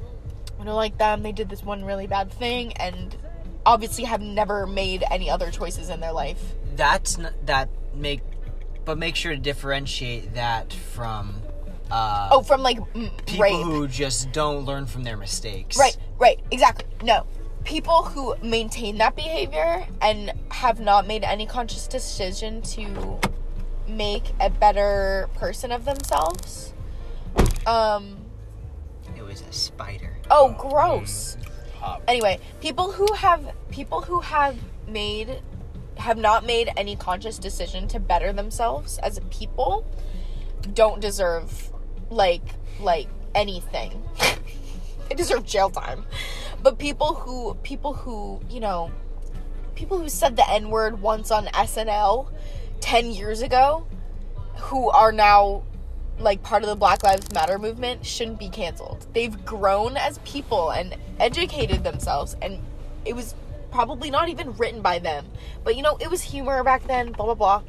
[SPEAKER 1] We don't like them. They did this one really bad thing, and obviously have never made any other choices in their life.
[SPEAKER 3] That's n that make, but make sure to differentiate that from uh,
[SPEAKER 1] Oh, from like m-
[SPEAKER 3] people
[SPEAKER 1] rape.
[SPEAKER 3] who just don't learn from their mistakes.
[SPEAKER 1] right, right, exactly. No. People who maintain that behavior and have not made any conscious decision to make a better person of themselves. Um
[SPEAKER 3] It was a spider.
[SPEAKER 1] oh gross.
[SPEAKER 2] Hot.
[SPEAKER 1] Anyway, people who have people who have made have not made any conscious decision to better themselves as a people don't deserve like like anything. they deserve jail time. But people who people who, you know, people who said the n-word once on SNL 10 years ago who are now like part of the Black Lives Matter movement shouldn't be canceled. They've grown as people and educated themselves and it was probably not even written by them. But you know, it was humor back then, blah blah blah.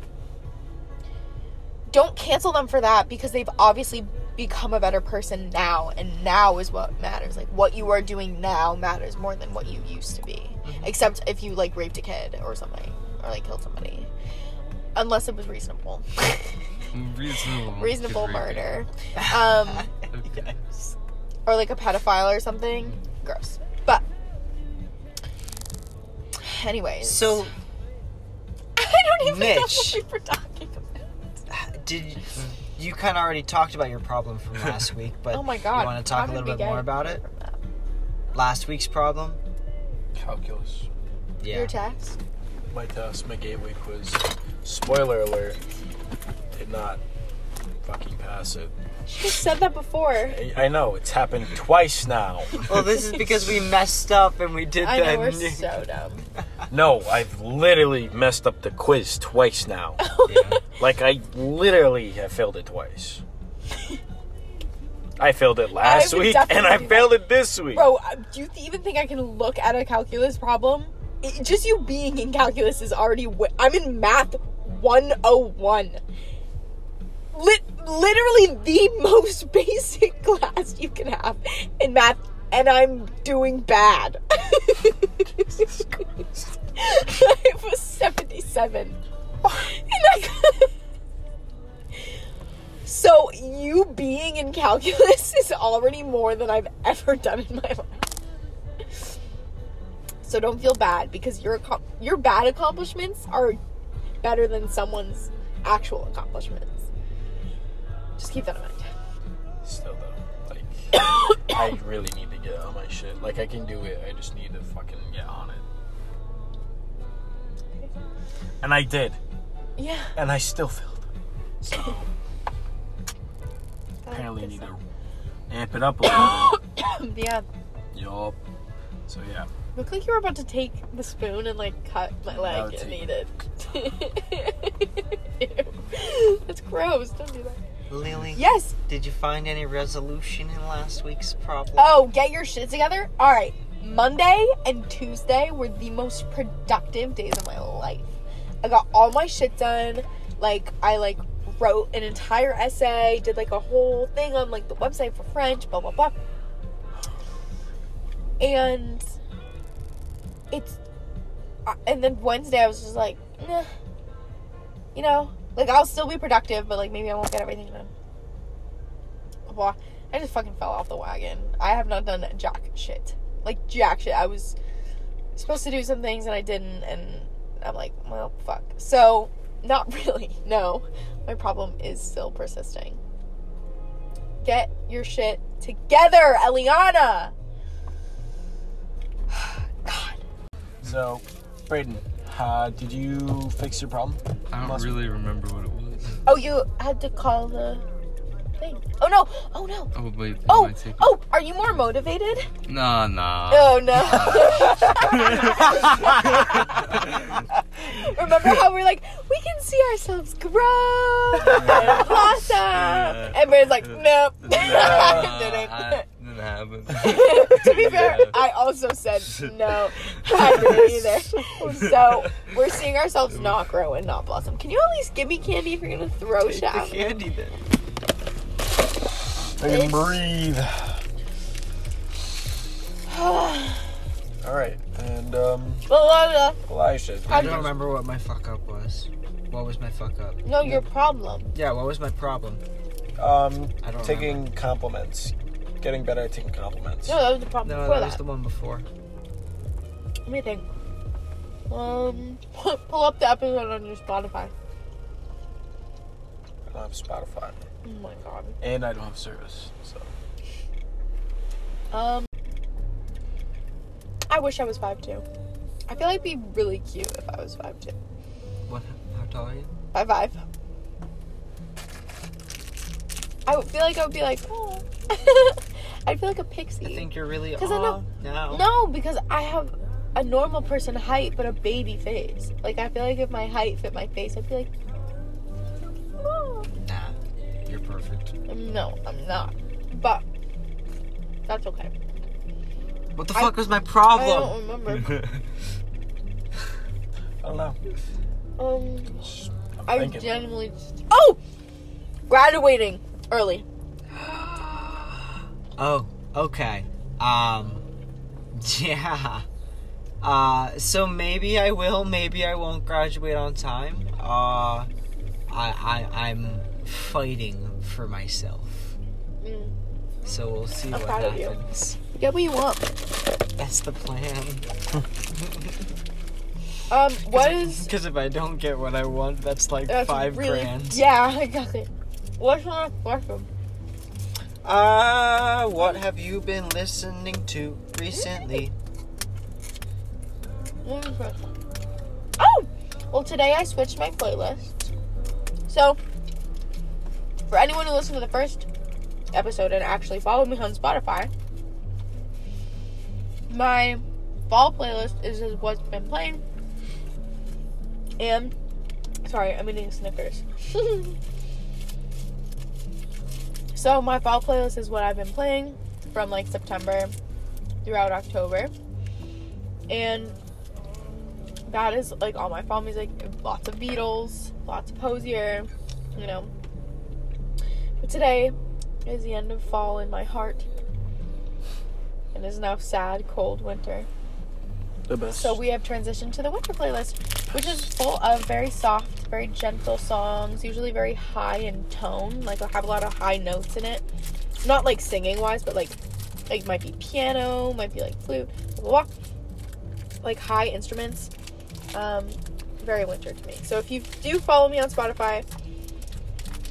[SPEAKER 1] Don't cancel them for that because they've obviously become a better person now and now is what matters. Like what you are doing now matters more than what you used to be. Except if you like raped a kid or something or like killed somebody. Unless it was reasonable.
[SPEAKER 4] Reasonable.
[SPEAKER 1] reasonable
[SPEAKER 4] could read
[SPEAKER 1] murder. Um,
[SPEAKER 4] it. Okay.
[SPEAKER 1] or like a pedophile or something. Gross. But anyways.
[SPEAKER 3] So
[SPEAKER 1] I don't even know what
[SPEAKER 3] Mitch. Uh,
[SPEAKER 1] we were talking about.
[SPEAKER 3] did you, you kind of already talked about your problem from last week? But
[SPEAKER 1] Oh my god.
[SPEAKER 3] you want to talk a
[SPEAKER 1] how did
[SPEAKER 3] little
[SPEAKER 1] we
[SPEAKER 3] bit
[SPEAKER 1] get
[SPEAKER 3] more about it?
[SPEAKER 1] from that?
[SPEAKER 3] Last week's problem.
[SPEAKER 2] Calculus.
[SPEAKER 3] Yeah.
[SPEAKER 1] Your text?
[SPEAKER 2] My test, my gateway quiz. Spoiler alert. Did not fucking pass it.
[SPEAKER 1] She said that before.
[SPEAKER 2] I, I know, it's happened twice now.
[SPEAKER 3] well, this is because we messed up and we did
[SPEAKER 1] I
[SPEAKER 3] that.
[SPEAKER 1] know we're so dumb.
[SPEAKER 2] No, I've literally messed up the quiz twice now.
[SPEAKER 1] Oh.
[SPEAKER 3] Yeah.
[SPEAKER 2] Like I literally have failed it twice. I failed it
[SPEAKER 1] I
[SPEAKER 2] last
[SPEAKER 1] would
[SPEAKER 2] week
[SPEAKER 1] definitely
[SPEAKER 2] and I
[SPEAKER 1] do that.
[SPEAKER 2] failed it this week.
[SPEAKER 1] Bro, uh, do you th- even think I can look at a calculus problem? It, just you being in calculus is already. Wi- I'm in math 101. Lit- literally the most basic class you can have in math, and I'm doing bad. I was 77. And I- so you being in calculus is already more than I've ever done in my life. So don't feel bad because your accom- your bad accomplishments are better than someone's actual accomplishments. Just keep that in mind.
[SPEAKER 2] Still though, like I really need to get on my shit. Like I can do it. I just need to fucking get on it. And I did.
[SPEAKER 1] Yeah.
[SPEAKER 2] And I still failed. So apparently need to amp it up a little bit.
[SPEAKER 1] yeah.
[SPEAKER 2] Yup. So yeah.
[SPEAKER 1] Looked like you were about to take the spoon and like cut my leg
[SPEAKER 2] would
[SPEAKER 1] and
[SPEAKER 2] take
[SPEAKER 1] eat it. Ew. That's gross. Don't do that.
[SPEAKER 3] Lily.
[SPEAKER 1] Yes,
[SPEAKER 3] Did you find any resolution in last week's problem?
[SPEAKER 1] Oh, get your shit together. All right. Monday and Tuesday were the most productive days of my life. I got all my shit done. Like I like wrote an entire essay, did like a whole thing on like the website for French, blah blah blah. And it's uh, and then Wednesday I was just like, nah, you know, Like I'll still be productive, but like maybe I won't get everything done. Blah. I just fucking fell off the wagon. I have not done jack shit. Like jack shit. I was supposed to do some things and I didn't, and I'm like, well, fuck. So not really. No, my problem is still persisting. Get your shit together, Eliana. God.
[SPEAKER 2] So, Braden, uh, did you fix your problem?
[SPEAKER 4] I don't
[SPEAKER 2] Must-
[SPEAKER 4] really remember what it was.
[SPEAKER 1] Oh, you had to call the thing. Oh no! Oh no!
[SPEAKER 4] Oh wait, that
[SPEAKER 1] Oh,
[SPEAKER 4] might take-
[SPEAKER 1] oh, are you more motivated?
[SPEAKER 4] Nah, nah.
[SPEAKER 1] Oh no. Remember how we're like, we can see ourselves grow and blossom. And Brand's like, nope.
[SPEAKER 4] Nah,
[SPEAKER 1] I
[SPEAKER 4] I- Ah, didn't happen.
[SPEAKER 1] didn't. to be fair, I also said no. I didn't either. So we're seeing ourselves not grow and not blossom. Can you at least give me candy if you're gonna throw shit out?
[SPEAKER 3] candy then.
[SPEAKER 2] I can
[SPEAKER 1] It's-
[SPEAKER 2] breathe. All right, and um, Elisha.
[SPEAKER 1] I
[SPEAKER 3] I don't remember what my fuck up was. What was my fuck up?
[SPEAKER 1] No, your problem.
[SPEAKER 3] Yeah, what was my problem?
[SPEAKER 2] Um,
[SPEAKER 3] I don't
[SPEAKER 2] taking compliments, getting better at taking compliments.
[SPEAKER 1] No, that was the problem
[SPEAKER 3] No,
[SPEAKER 1] before
[SPEAKER 3] that was
[SPEAKER 1] that.
[SPEAKER 3] the one before.
[SPEAKER 1] Let me think. Um, pull up the episode on your Spotify.
[SPEAKER 2] I don't have Spotify,
[SPEAKER 1] Oh my god.
[SPEAKER 2] and I don't have service. So
[SPEAKER 1] Um, I wish I was five two. I feel like it'd be really cute if I was five two.
[SPEAKER 3] What? How tall are you?
[SPEAKER 1] Five five. I would feel like I would be like, oh, I'd feel like a pixie.
[SPEAKER 3] I think you're really.
[SPEAKER 1] 'Cause I know-
[SPEAKER 3] aw, No.
[SPEAKER 1] No, because I have a normal person height but a baby face. Like I feel like if my height fit my face, I'd be like, oh.
[SPEAKER 3] Nah. You're perfect.
[SPEAKER 1] no, I'm not. But that's okay.
[SPEAKER 3] What the
[SPEAKER 1] I-
[SPEAKER 3] fuck was my
[SPEAKER 1] I
[SPEAKER 3] problem?
[SPEAKER 1] don't remember.
[SPEAKER 2] I don't know.
[SPEAKER 1] Um,
[SPEAKER 2] Just
[SPEAKER 1] I
[SPEAKER 2] thinking.
[SPEAKER 1] genuinely just. Oh! Graduating early.
[SPEAKER 3] Oh, okay. Um, yeah. Uh, so maybe I will, maybe I won't graduate on time. Uh, I, I, I'm fighting for myself.
[SPEAKER 1] Mm.
[SPEAKER 3] So we'll see
[SPEAKER 1] I'm
[SPEAKER 3] what
[SPEAKER 1] proud of you.
[SPEAKER 3] happens.
[SPEAKER 1] Get what you want.
[SPEAKER 3] That's the plan.
[SPEAKER 1] Um, what is.
[SPEAKER 3] Because if I don't get what I want, that's like
[SPEAKER 1] That's
[SPEAKER 3] five
[SPEAKER 1] really,
[SPEAKER 3] grand.
[SPEAKER 1] Yeah, exactly. What's my question?
[SPEAKER 3] Uh, what have you been listening to recently?
[SPEAKER 1] What is my- Oh! Well, today I switched my playlist. So, for anyone who listened to the first episode and actually followed me on Spotify, my fall playlist is just what's been playing. And, sorry, I'm eating Snickers. so, my fall playlist is what I've been playing from like September throughout October. And that is like all my fall music. Lots of Beatles, lots of Hosier, you know. But today is the end of fall in my heart. It is now sad, cold winter.
[SPEAKER 2] the best.
[SPEAKER 1] So we have transitioned to the winter playlist, which is full of very soft, very gentle songs, usually very high in tone. Like I have a lot of high notes in it. Not like singing wise, but like like might be piano, might be like flute, blah blah. blah. Like high instruments. Um, very winter to me. So if you do follow me on Spotify,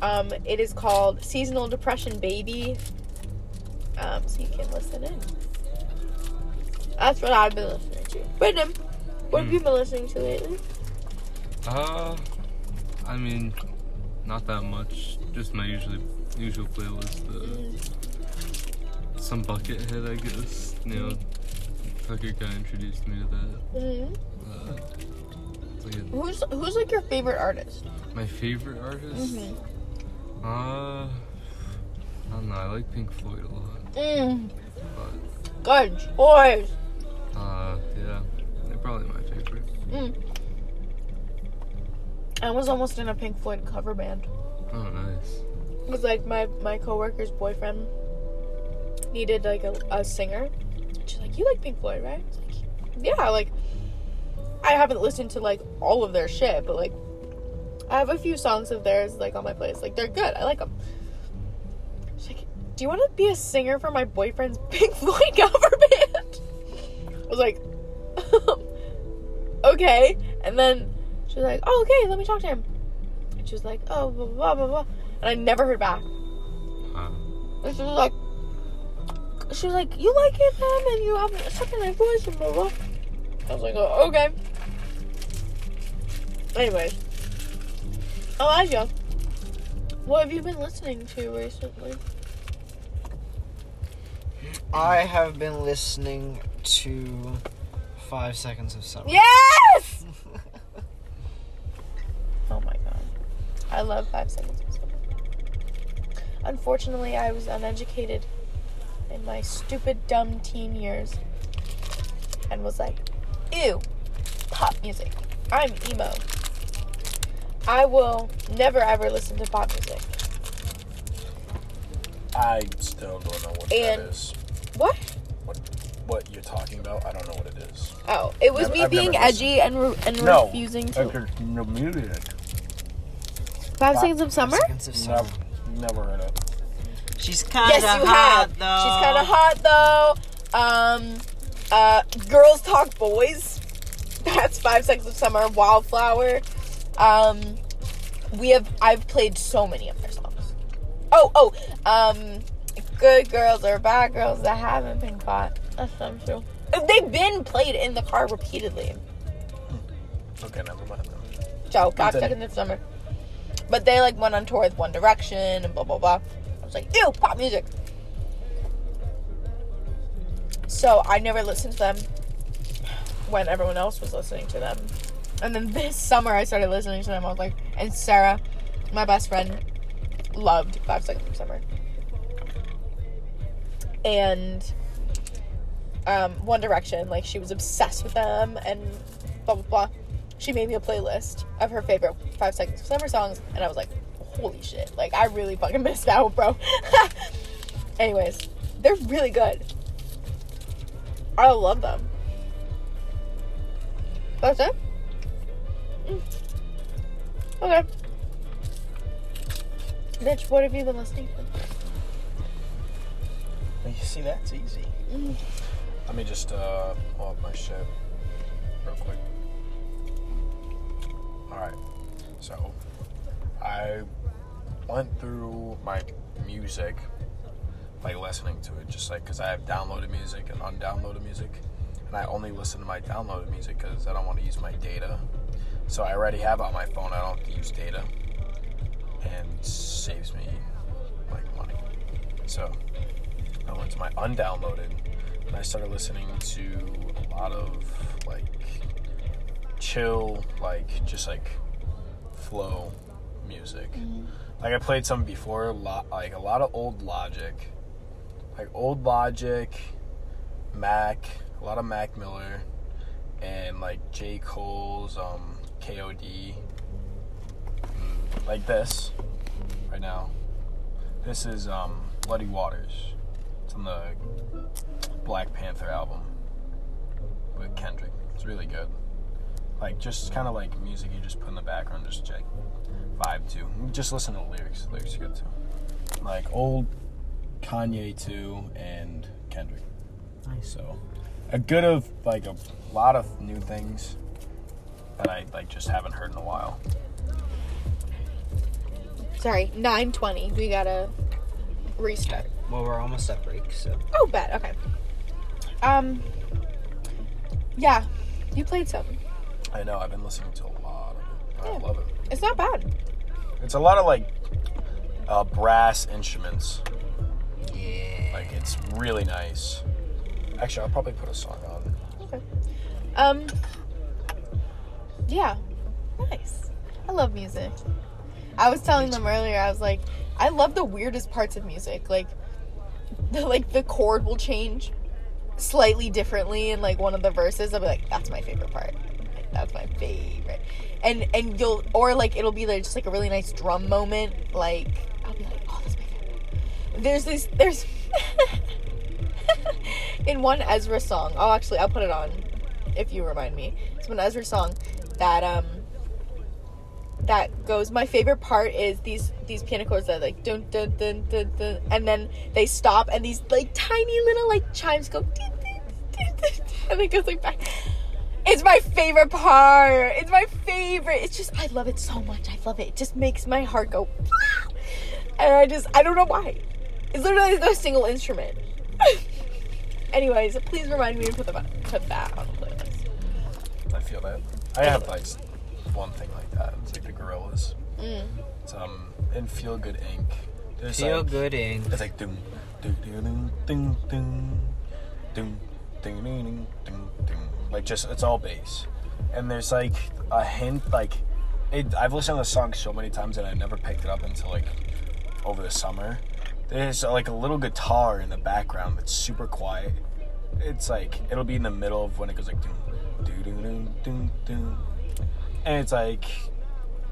[SPEAKER 1] um, it is called Seasonal Depression Baby. Um, so you can listen in. That's what I've been listening to. Brittany, what have
[SPEAKER 4] Hmm.
[SPEAKER 1] you been listening to lately?
[SPEAKER 4] Uh, I mean, not that much. Just my usually usual playlist.
[SPEAKER 1] Mm.
[SPEAKER 4] Uh, some buckethead, I guess. You know, Tucker guy introduced me to that.
[SPEAKER 1] hmm
[SPEAKER 4] Uh, it's like a-
[SPEAKER 1] Who's who's like your favorite artist?
[SPEAKER 4] my favorite artist.
[SPEAKER 1] Mhm.
[SPEAKER 4] Uh, I don't know. I like Pink Floyd a lot,
[SPEAKER 1] Mm,
[SPEAKER 4] but
[SPEAKER 1] good choice.
[SPEAKER 4] uh, yeah, they're probably my favorite.
[SPEAKER 1] I was almost in a Pink Floyd cover band.
[SPEAKER 4] Oh, nice.
[SPEAKER 1] It was like my my coworker's boyfriend needed like a, a singer. She's like, "You like Pink Floyd, right?" I was like, yeah, like I haven't listened to like all of their shit, but like I have a few songs of theirs like on my playlist. Like they're good. I like them. She's like, "Do you want to be a singer for my boyfriend's Pink Floyd cover band?" I was like, "Okay." And then she was like, "Oh, okay. Let me talk to him." And she was like, "Oh, blah blah blah." blah. And I never heard back.
[SPEAKER 4] Wow.
[SPEAKER 1] And she was like, she was like, you like it, mom, and you have such a nice voice, and blah blah. I was like, oh, okay. Anyways, Elijah, what have you been listening to recently?
[SPEAKER 3] I have been listening to Five Seconds of Summer.
[SPEAKER 1] Yes! Oh my god, I love Five Seconds of Summer. Unfortunately, I was uneducated in my stupid, dumb teen years, and was like, ew, pop music. I'm emo. I will never ever listen to pop music.
[SPEAKER 2] I still don't know what
[SPEAKER 1] And-
[SPEAKER 2] that is.
[SPEAKER 1] What?
[SPEAKER 2] What you're talking about, I don't know what it is.
[SPEAKER 1] Oh, it was
[SPEAKER 2] I've-
[SPEAKER 1] me
[SPEAKER 2] I've never
[SPEAKER 1] being edgy and re- and
[SPEAKER 2] No.
[SPEAKER 1] refusing to.
[SPEAKER 2] no music.
[SPEAKER 1] Five
[SPEAKER 2] Pop
[SPEAKER 1] Seconds of Summer.
[SPEAKER 3] Five Seconds of Summer.
[SPEAKER 2] Never, never heard of.
[SPEAKER 3] She's kind of
[SPEAKER 1] Yes, you
[SPEAKER 3] hot
[SPEAKER 1] have.
[SPEAKER 3] though.
[SPEAKER 1] She's kind of hot though. Um, uh, girls talk boys. That's Five Seconds of Summer. Wildflower. Um, we have. I've played so many of their songs. Oh, oh. Um, good girls or bad girls that haven't been caught. That's not true. They've been played in the car repeatedly.
[SPEAKER 2] Okay, never mind. then.
[SPEAKER 1] So Five
[SPEAKER 2] Continue.
[SPEAKER 1] Seconds of Summer. But they like went on tour with One Direction and blah blah blah. I was like, ew, pop music. So I never listened to them when everyone else was listening to them. And then this summer I started listening to them. I was like, and Sarah, my best friend, loved Five Seconds of Summer. And um, One Direction, like she was obsessed with them and blah blah blah she made me a playlist of her favorite Five Seconds of Summer songs, and I was like, holy shit, like I really fucking missed out, bro. Anyways, they're really good. I love them. That's it? Mm. Okay. Mitch, what have you been listening to?
[SPEAKER 2] You see, that's easy.
[SPEAKER 1] Mm.
[SPEAKER 2] Let me just uh, pull up my shit real quick. All right. So I went through my music, like listening to it, just like because I have downloaded music and undownloaded music, and I only listen to my downloaded music because I don't want to use my data. So I already have it on my phone. I don't have to use data, and saves me like money. So I went to my undownloaded and I started listening to a lot of like chill, like just like flow music. Like I played some before, lo- like a lot of old Logic, like old Logic, Mac, a lot of Mac Miller, and like J Cole's um, K.O.D. Mm, Like this, right now. This is um, Bloody Waters. It's on the Black Panther album with Kendrick. It's really good. Like just kind of like music you just put in the background, just like vibe to. Just listen to the lyrics. The lyrics are good too. Like old Kanye too and Kendrick.
[SPEAKER 3] Nice.
[SPEAKER 2] So a good of like a lot of new things that I like just haven't heard in a while.
[SPEAKER 1] Sorry, 920. We gotta restart.
[SPEAKER 3] Well, we're almost at break, so
[SPEAKER 1] Oh, bad. Okay. Um. Yeah, you played some.
[SPEAKER 2] I know I've been listening to a lot of it. I
[SPEAKER 1] Yeah.
[SPEAKER 2] love it.
[SPEAKER 1] It's not bad.
[SPEAKER 2] It's a lot of like uh, brass instruments.
[SPEAKER 3] yeah.
[SPEAKER 2] Like it's really nice. Actually, I'll probably put a song on.
[SPEAKER 1] Okay. Um. Yeah. Nice. I love music. I was telling them earlier. I was like, I love the weirdest parts of music. Like, the like the chord will change slightly differently in like one of the verses. I'll be like, that's my favorite part. Like, that's my favorite. And and you'll or like it'll be like just like a really nice drum moment. Like I'll be like, oh, that's my favorite. There's this. There's. in one Ezra song. Oh, actually, I'll put it on if you remind me. It's one Ezra song that um that goes. My favorite part is these these piano chords that like dun dun dun dun dun, and then they stop, and these like tiny little like chimes go, dun, dun, dun, dun, dun, and it goes like back. It's my favorite part. It's my favorite. It's just I love it so much. I love it. It just makes my heart go, "Wow." and I just I don't know why. It's literally no single instrument. Anyways, please remind me to put them put that on the playlist.
[SPEAKER 2] I feel that. I have like one thing like that. It's like the gorillas. It's um and feel good ink. There's
[SPEAKER 3] Mm. Feel
[SPEAKER 2] like,
[SPEAKER 3] good ink.
[SPEAKER 2] It's like doom doom doom doom doom doom doom doom doom doom doom. Like just it's all bass. And there's like a hint like it, I've listened to the song so many times that I never picked it up until like over the summer. There's like a little guitar in the background that's super quiet. It's like it'll be in the middle of when it goes like doom doom doom doom doom doom. And it's like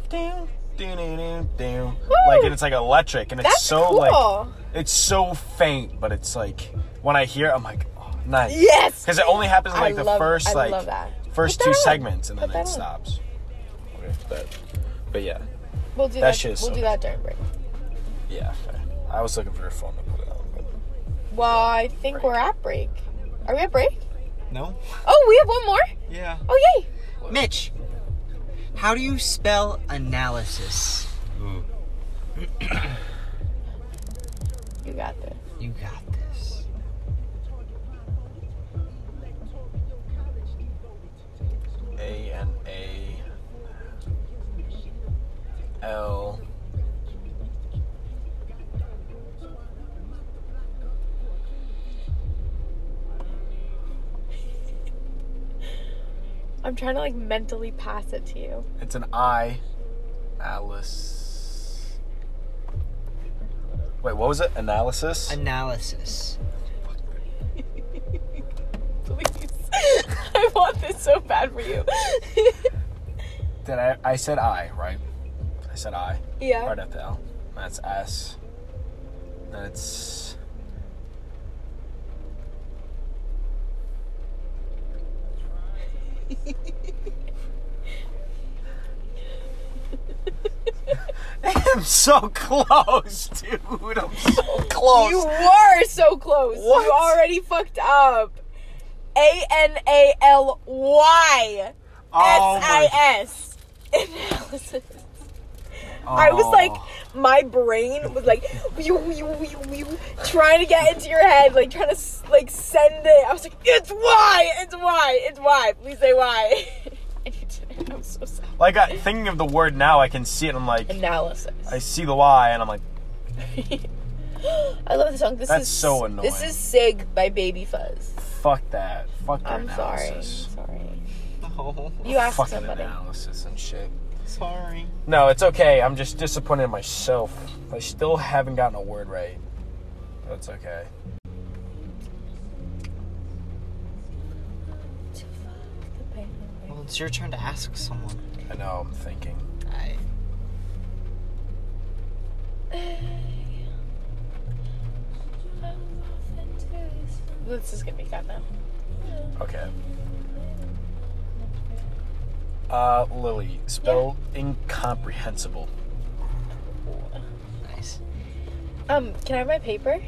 [SPEAKER 2] doom doom doom doom. Like and it's like electric and it's
[SPEAKER 1] That's
[SPEAKER 2] so
[SPEAKER 1] cool.
[SPEAKER 2] like it's so faint, but it's like when I hear, it, I'm like, oh, nice.
[SPEAKER 1] Yes!
[SPEAKER 2] Because it only happens in
[SPEAKER 1] I
[SPEAKER 2] like the
[SPEAKER 1] love-
[SPEAKER 2] first
[SPEAKER 1] I
[SPEAKER 2] like
[SPEAKER 1] love that.
[SPEAKER 2] first
[SPEAKER 1] Put
[SPEAKER 2] two
[SPEAKER 1] that on.
[SPEAKER 2] segments, and
[SPEAKER 1] Put
[SPEAKER 2] then
[SPEAKER 1] that
[SPEAKER 2] it
[SPEAKER 1] on.
[SPEAKER 2] stops. Okay, but but yeah,
[SPEAKER 1] we'll do that.
[SPEAKER 2] That shit is
[SPEAKER 1] we'll
[SPEAKER 2] so
[SPEAKER 1] do that during break.
[SPEAKER 2] yeah. fair. I was looking for your phone to put it on. But
[SPEAKER 1] Well, I think we're at break. Are we at break?
[SPEAKER 3] No?
[SPEAKER 1] Oh, we have one more.
[SPEAKER 3] Yeah.
[SPEAKER 1] Oh yay!
[SPEAKER 3] Mitch, how do you spell analysis?
[SPEAKER 4] Ooh.
[SPEAKER 1] You got this.
[SPEAKER 3] You got this.
[SPEAKER 2] A N A L
[SPEAKER 1] I'm trying to like mentally pass it to you.
[SPEAKER 2] It's an I. Alice. Wait, what was it? Analysis.
[SPEAKER 3] Analysis.
[SPEAKER 1] Please. I want this so bad for you.
[SPEAKER 2] Did I? I said I, right? I said I.
[SPEAKER 1] yeah.
[SPEAKER 2] Right after L. That's S. Then it's. I'm so close, dude. I'm so close.
[SPEAKER 1] You were so close.
[SPEAKER 2] What?
[SPEAKER 1] You already fucked up. A N A L Y
[SPEAKER 2] Oh
[SPEAKER 1] S I
[SPEAKER 2] my-
[SPEAKER 1] S. Analysis. I was like,
[SPEAKER 2] Oh.
[SPEAKER 1] my brain was like, you, you, you, you, trying to get into your head, like trying to s- like send it. I was like, it's why, it's why, it's why. Please say why. and you didn't. I'm so sad.
[SPEAKER 2] like I, thinking of the word now, I can see it. I'm like,
[SPEAKER 1] Analysis.
[SPEAKER 2] I see the Y, and I'm like,
[SPEAKER 1] I love this song. This
[SPEAKER 2] That's
[SPEAKER 1] is
[SPEAKER 2] so annoying.
[SPEAKER 1] This is Sig by Baby Fuzz.
[SPEAKER 2] fuck that, fuck your
[SPEAKER 1] I'm
[SPEAKER 2] analysis,
[SPEAKER 1] sorry. I'm sorry.
[SPEAKER 3] Oh,
[SPEAKER 1] You asked
[SPEAKER 2] fucking
[SPEAKER 1] somebody.
[SPEAKER 2] analysis and shit.
[SPEAKER 3] sorry.
[SPEAKER 2] No, it's okay. I'm just disappointed in myself. I still haven't gotten a word right. That's okay.
[SPEAKER 3] Well, it's your turn to ask someone.
[SPEAKER 2] I know. I'm thinking.
[SPEAKER 3] I.
[SPEAKER 1] This is gonna be fun now.
[SPEAKER 2] Okay. Uh, Lily, spell incomprehensible.
[SPEAKER 3] Nice.
[SPEAKER 1] Um, can I have my paper?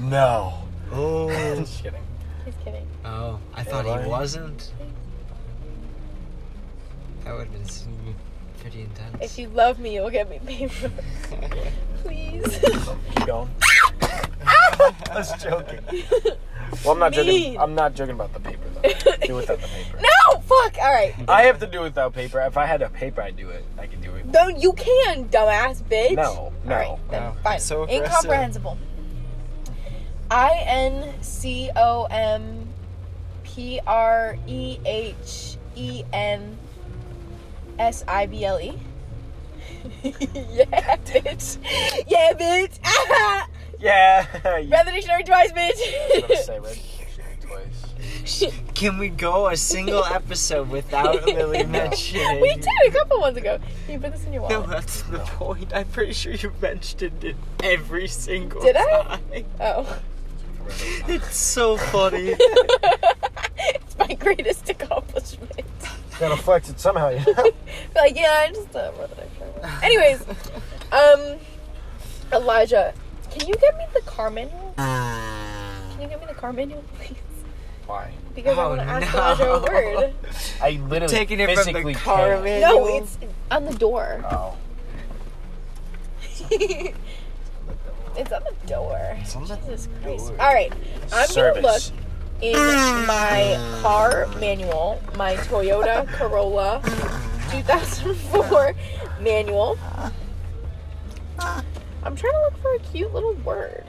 [SPEAKER 2] No.
[SPEAKER 3] Oh.
[SPEAKER 2] Just kidding.
[SPEAKER 1] Just kidding.
[SPEAKER 3] oh, I thought
[SPEAKER 2] Am I?
[SPEAKER 3] he wasn't. That would have been s- pretty
[SPEAKER 1] If
[SPEAKER 3] intense.
[SPEAKER 1] you love me, you'll get me paper. Please. Ah!
[SPEAKER 2] Keep going. I was joking. Well, I'm not
[SPEAKER 1] Mean.
[SPEAKER 2] joking. I'm not joking about the paper though. do without the paper.
[SPEAKER 1] no! Fuck! Alright.
[SPEAKER 2] I have to do without paper. If I had a paper, I'd do it. I could do it.
[SPEAKER 1] No, you can, dumbass bitch.
[SPEAKER 2] No, no.
[SPEAKER 1] Alright, then
[SPEAKER 3] Wow.
[SPEAKER 1] fine.
[SPEAKER 3] So aggressive.
[SPEAKER 1] Incomprehensible. I N C O M P R E H E N S I B L E. Yeah, bitch. Yeah, bitch. Ah!
[SPEAKER 2] Yeah. you
[SPEAKER 1] Read the dictionary twice,
[SPEAKER 2] gotta
[SPEAKER 1] bitch.
[SPEAKER 2] say red twice.
[SPEAKER 3] Can we go a single episode without Lily mentioning?
[SPEAKER 1] we did a couple ones ago. You put this in your
[SPEAKER 3] No,
[SPEAKER 1] wallet.
[SPEAKER 3] that's the point. I'm pretty sure you mentioned it every single
[SPEAKER 1] Did I?
[SPEAKER 3] time.
[SPEAKER 1] Oh.
[SPEAKER 3] It's so funny.
[SPEAKER 1] it's my greatest accomplishment.
[SPEAKER 2] Gotta flex it somehow. You know?
[SPEAKER 1] like, yeah, I just uh, wrote that extra. Anyways, um, Elijah, can you get me the car manual? Can you get me the car manual, please?
[SPEAKER 2] Why?
[SPEAKER 1] Because I
[SPEAKER 3] Oh,
[SPEAKER 1] want to ask
[SPEAKER 3] no.
[SPEAKER 1] Elijah a word.
[SPEAKER 2] I literally
[SPEAKER 3] Taking it from
[SPEAKER 2] physically
[SPEAKER 3] the car
[SPEAKER 2] can't.
[SPEAKER 1] No, it's on the door.
[SPEAKER 2] Oh,
[SPEAKER 1] it's on the door. Jesus Christ.
[SPEAKER 2] door.
[SPEAKER 1] All right, I'm
[SPEAKER 2] service.
[SPEAKER 1] gonna look in my car manual, my Toyota Corolla 2004 manual. I'm trying to look for a cute little word.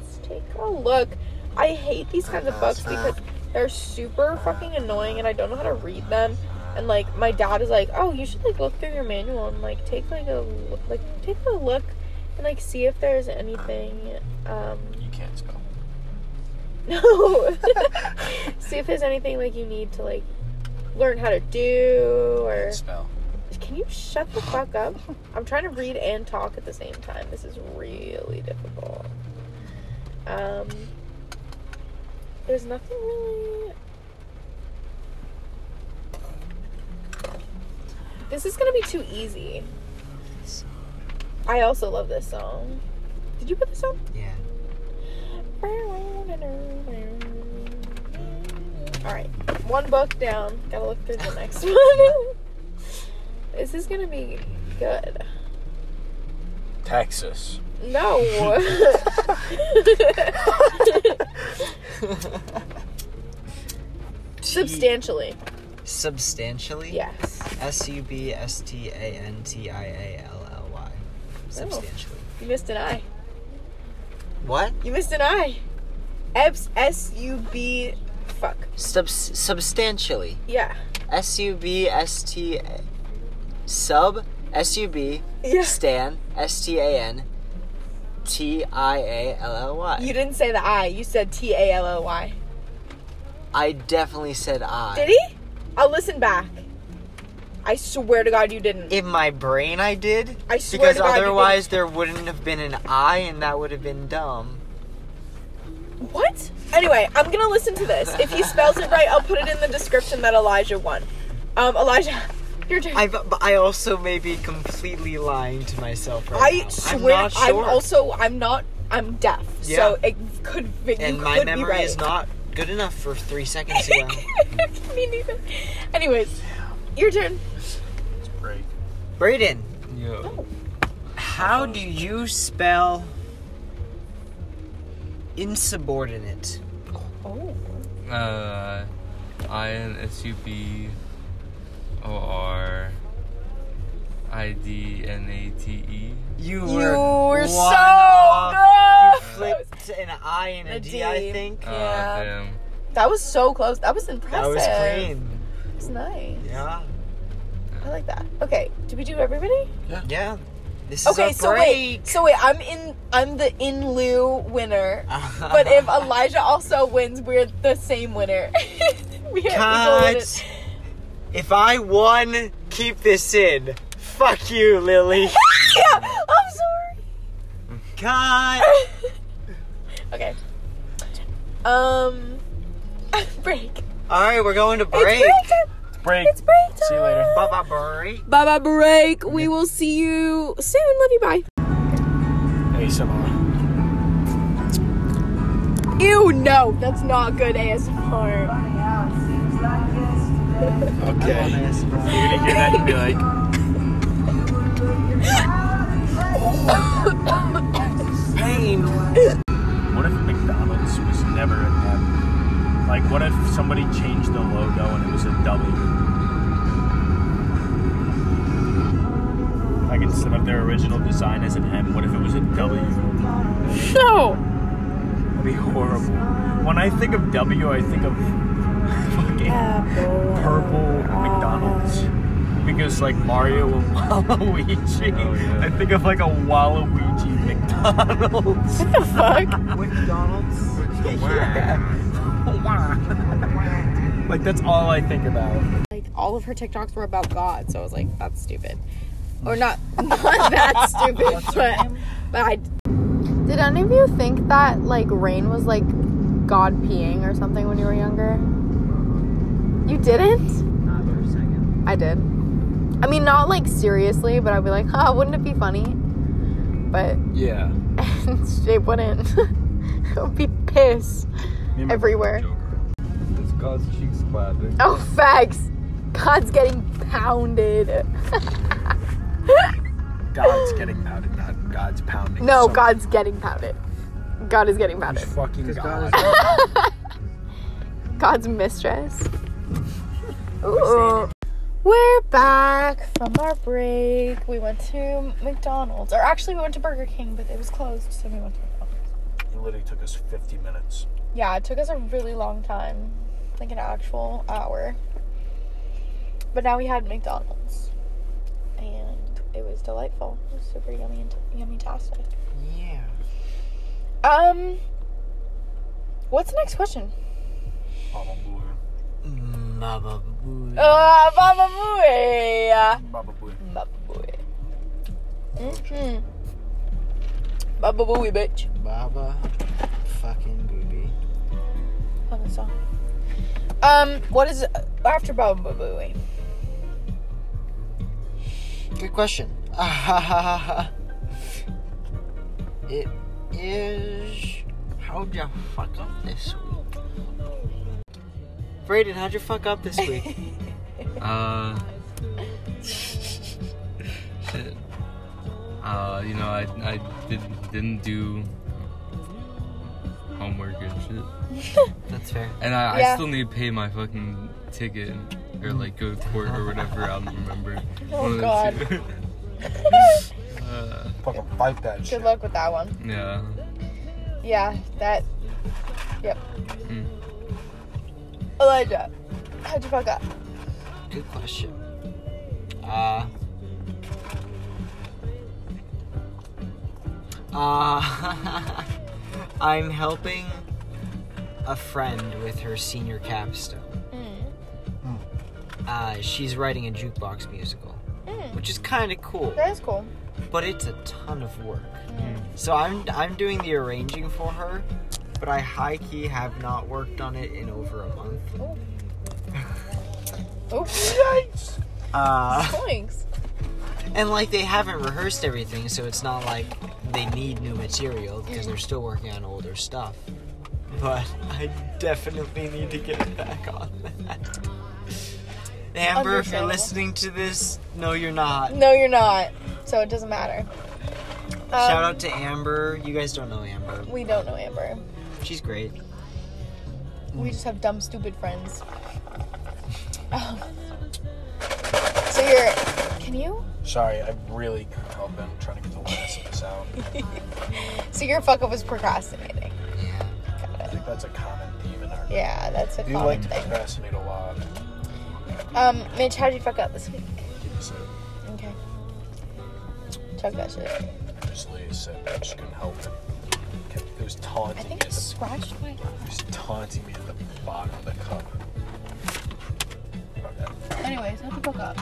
[SPEAKER 1] Let's take a look. I hate these kinds of books because they're super fucking annoying and I don't know how to read them. And like my dad is like, "Oh, you should like look through your manual and like take like a look- like take a look and like see if there's anything um
[SPEAKER 2] you can't spell.
[SPEAKER 1] no. See if there's anything like you need to like learn how to do or
[SPEAKER 2] Spell.
[SPEAKER 1] can you shut the fuck up? I'm trying to read and talk at the same time. This is really difficult. Um there's nothing really This is gonna be too easy. I also love this song. Did you put this on?
[SPEAKER 3] Yeah.
[SPEAKER 1] Alright, one book down. Gotta look through the next one. this is gonna be good.
[SPEAKER 2] Texas.
[SPEAKER 1] No! Substantially,
[SPEAKER 3] Substantially?
[SPEAKER 1] yes.
[SPEAKER 3] S U B S T A N T I A L L Y. Substantially.
[SPEAKER 1] You missed an eye. Oh.
[SPEAKER 3] What?
[SPEAKER 1] You missed an eye. Ebs, S U B. Fuck.
[SPEAKER 3] Sub- substantially.
[SPEAKER 1] Yeah.
[SPEAKER 3] S U B S T. Sub. S U B.
[SPEAKER 1] Yeah.
[SPEAKER 3] Stan. S T A N. T I A L L
[SPEAKER 1] You
[SPEAKER 3] Y.
[SPEAKER 1] didn't say the I, you said T A L L Y.
[SPEAKER 3] I definitely said I.
[SPEAKER 1] Did he? I'll listen back. I swear to God, you didn't.
[SPEAKER 3] In my brain, I did.
[SPEAKER 1] I swear
[SPEAKER 3] because
[SPEAKER 1] to God, you didn't.
[SPEAKER 3] otherwise, there wouldn't have been an I, and that would have been dumb.
[SPEAKER 1] What? Anyway, I'm gonna listen to this. If he spells it right, I'll put it in the description that Elijah won. Um, Elijah, your turn. I,
[SPEAKER 3] I've, but I also may be completely lying to myself right now.
[SPEAKER 1] swear,
[SPEAKER 3] I'm
[SPEAKER 1] I'm,
[SPEAKER 3] not sure.
[SPEAKER 1] also I'm not I'm deaf, so
[SPEAKER 3] Yeah.
[SPEAKER 1] it could you
[SPEAKER 3] and
[SPEAKER 1] could
[SPEAKER 3] my
[SPEAKER 1] be
[SPEAKER 3] memory
[SPEAKER 1] right.
[SPEAKER 3] is not good enough for three seconds ago.
[SPEAKER 1] Me neither. Anyways, your turn.
[SPEAKER 2] It's great.
[SPEAKER 3] Brayden,
[SPEAKER 4] Yo.
[SPEAKER 1] Oh.
[SPEAKER 3] how do you spell insubordinate?
[SPEAKER 1] Oh,
[SPEAKER 4] Uh, I N S U B O R I D N A T E.
[SPEAKER 3] You
[SPEAKER 1] you
[SPEAKER 3] were,
[SPEAKER 1] were
[SPEAKER 3] one
[SPEAKER 1] so
[SPEAKER 3] off.
[SPEAKER 1] good. Oh.
[SPEAKER 3] Flipped an I and a
[SPEAKER 1] A
[SPEAKER 3] D, I
[SPEAKER 1] D.
[SPEAKER 3] think.
[SPEAKER 4] Ah,
[SPEAKER 1] Yeah.
[SPEAKER 4] damn.
[SPEAKER 1] That was so close. That was impressive.
[SPEAKER 3] that was clean.
[SPEAKER 1] That was nice.
[SPEAKER 3] Yeah.
[SPEAKER 1] I like that. Okay, did we do everybody?
[SPEAKER 3] Yeah. This
[SPEAKER 1] Okay,
[SPEAKER 3] is a
[SPEAKER 1] so
[SPEAKER 3] break.
[SPEAKER 1] wait, so wait, I'm in, I'm the in lieu winner. But if Elijah also wins, we're the same winner. we are equal winners.
[SPEAKER 3] Cut. If I won, keep this in. Fuck you, Lily.
[SPEAKER 1] Yeah, I'm sorry.
[SPEAKER 3] Cut.
[SPEAKER 1] Okay. Um, break.
[SPEAKER 3] All right, we're going to
[SPEAKER 1] It's
[SPEAKER 3] break.
[SPEAKER 1] break time.
[SPEAKER 2] Break.
[SPEAKER 1] It's break time.
[SPEAKER 2] See you later.
[SPEAKER 3] Bye bye, break.
[SPEAKER 1] Bye bye break. We will see you soon. Love you. Bye.
[SPEAKER 2] Hey, Simone.
[SPEAKER 1] Ew, no, that's not good ASMR.
[SPEAKER 2] Okay. You're gonna hear that and be like,
[SPEAKER 3] Pain.
[SPEAKER 2] what if McDonald's was never an M? Like, what if somebody changed the logo and it was a W? Like, instead of their original design as an M, what if it was a W?
[SPEAKER 1] No.
[SPEAKER 2] That'd be horrible. When I think of W, I think of fucking purple
[SPEAKER 1] uh,
[SPEAKER 2] McDonald's. Because like Mario and Waluigi,
[SPEAKER 4] Oh, yeah.
[SPEAKER 2] I think of like a Waluigi McDonald's.
[SPEAKER 1] What the fuck?
[SPEAKER 3] McDonald's.
[SPEAKER 2] like that's all I think about.
[SPEAKER 1] like all of her TikToks were about God, so I was like, that's stupid. Or not not that stupid, but but I Did any of you think that like rain was like God peeing or something when you were younger? You didn't?
[SPEAKER 3] Not for a second.
[SPEAKER 1] I did. I mean, not like seriously, but I'd be like, huh, wouldn't it be funny? But
[SPEAKER 2] Yeah.
[SPEAKER 1] it wouldn't. it would be piss.
[SPEAKER 2] Me and my friend
[SPEAKER 1] Everywhere.
[SPEAKER 2] Joker.
[SPEAKER 4] It's God's cheeks clapping.
[SPEAKER 1] Oh, facts. God's getting pounded.
[SPEAKER 2] God's getting pounded, not God's pounding.
[SPEAKER 1] No,
[SPEAKER 2] someone.
[SPEAKER 1] God's getting pounded. God is getting
[SPEAKER 2] Who's
[SPEAKER 1] pounded.
[SPEAKER 2] fucking God.
[SPEAKER 1] God's mistress. Ooh. We're back from our break. We went to McDonald's. Or actually, we went to Burger King, but it was closed, so we went to McDonald's.
[SPEAKER 2] It literally took us 50 minutes.
[SPEAKER 1] Yeah, it took us a really long time. Like an actual hour. But now we had McDonald's. And it was delightful. It was super yummy and yummy tastic.
[SPEAKER 3] Yeah.
[SPEAKER 1] Um, what's the next question?
[SPEAKER 2] Baba boy.
[SPEAKER 3] Mama Mm, boo.
[SPEAKER 1] Uh, Baba Booey.
[SPEAKER 2] Baba boy.
[SPEAKER 1] Baba Booey. e. Mm-hmm. Baba Booey, bitch.
[SPEAKER 3] Baba fucking booby.
[SPEAKER 1] On the song. Um, what is after Baba Booey?
[SPEAKER 3] Good question. it is. How'd you fuck up this week? Brayden, how'd you fuck up this week?
[SPEAKER 4] Uh. shit. Uh, you know, I, I did, didn't do homework and shit.
[SPEAKER 3] That's fair.
[SPEAKER 4] And I,
[SPEAKER 1] Yeah.
[SPEAKER 4] I still need to pay my fucking ticket or like go to court or whatever. I don't remember.
[SPEAKER 1] Oh,
[SPEAKER 4] One of the
[SPEAKER 1] God.
[SPEAKER 4] two. uh,
[SPEAKER 2] Fucking fight that shit.
[SPEAKER 1] Good luck with that one.
[SPEAKER 4] yeah.
[SPEAKER 1] Yeah, that. Yep.
[SPEAKER 4] Mm.
[SPEAKER 1] Elijah, how'd you fuck up?
[SPEAKER 3] Good question. Uh. Uh, I'm helping a friend with her senior capstone.
[SPEAKER 1] Mm.
[SPEAKER 3] Uh, she's writing a jukebox musical,
[SPEAKER 1] Mm.
[SPEAKER 3] which is kind of cool.
[SPEAKER 1] That is cool.
[SPEAKER 3] but it's a ton of work. So I'm I'm doing the arranging for her, but I high key have not worked on it in over a month.
[SPEAKER 1] Oh,
[SPEAKER 3] Uh,
[SPEAKER 1] thanks.
[SPEAKER 3] and like they haven't rehearsed everything, so it's not like they need new material because they're still working on older stuff. But I definitely need to get back on that. Amber, if you're
[SPEAKER 1] Understandable.
[SPEAKER 3] listening to this, no, you're not.
[SPEAKER 1] No, you're not. So it doesn't matter. Um,
[SPEAKER 3] Shout out to Amber. You guys don't know Amber.
[SPEAKER 1] We don't know Amber.
[SPEAKER 3] She's great.
[SPEAKER 1] We just have dumb, stupid friends. Um, so you're. Can you?
[SPEAKER 2] Sorry, I really couldn't help it. I'm trying to get the last of this out.
[SPEAKER 1] So your fuck up was procrastinating.
[SPEAKER 3] Yeah.
[SPEAKER 1] Got
[SPEAKER 2] I
[SPEAKER 1] it.
[SPEAKER 2] think that's a common theme in our.
[SPEAKER 1] Yeah, that's a
[SPEAKER 2] We
[SPEAKER 1] common
[SPEAKER 2] like to
[SPEAKER 1] thing.
[SPEAKER 2] procrastinate a lot.
[SPEAKER 1] Um, Mitch, how'd you fuck up this week?
[SPEAKER 2] Give us
[SPEAKER 1] Okay. Chug that shit.
[SPEAKER 2] a- Just lay a sip. I just couldn't help it. Kept- It was
[SPEAKER 1] I
[SPEAKER 2] taunting me.
[SPEAKER 1] think I
[SPEAKER 2] At the,
[SPEAKER 1] scratched my.
[SPEAKER 2] it was taunting me at the bottom of the cup. Okay.
[SPEAKER 1] Anyways, how'd you fuck up?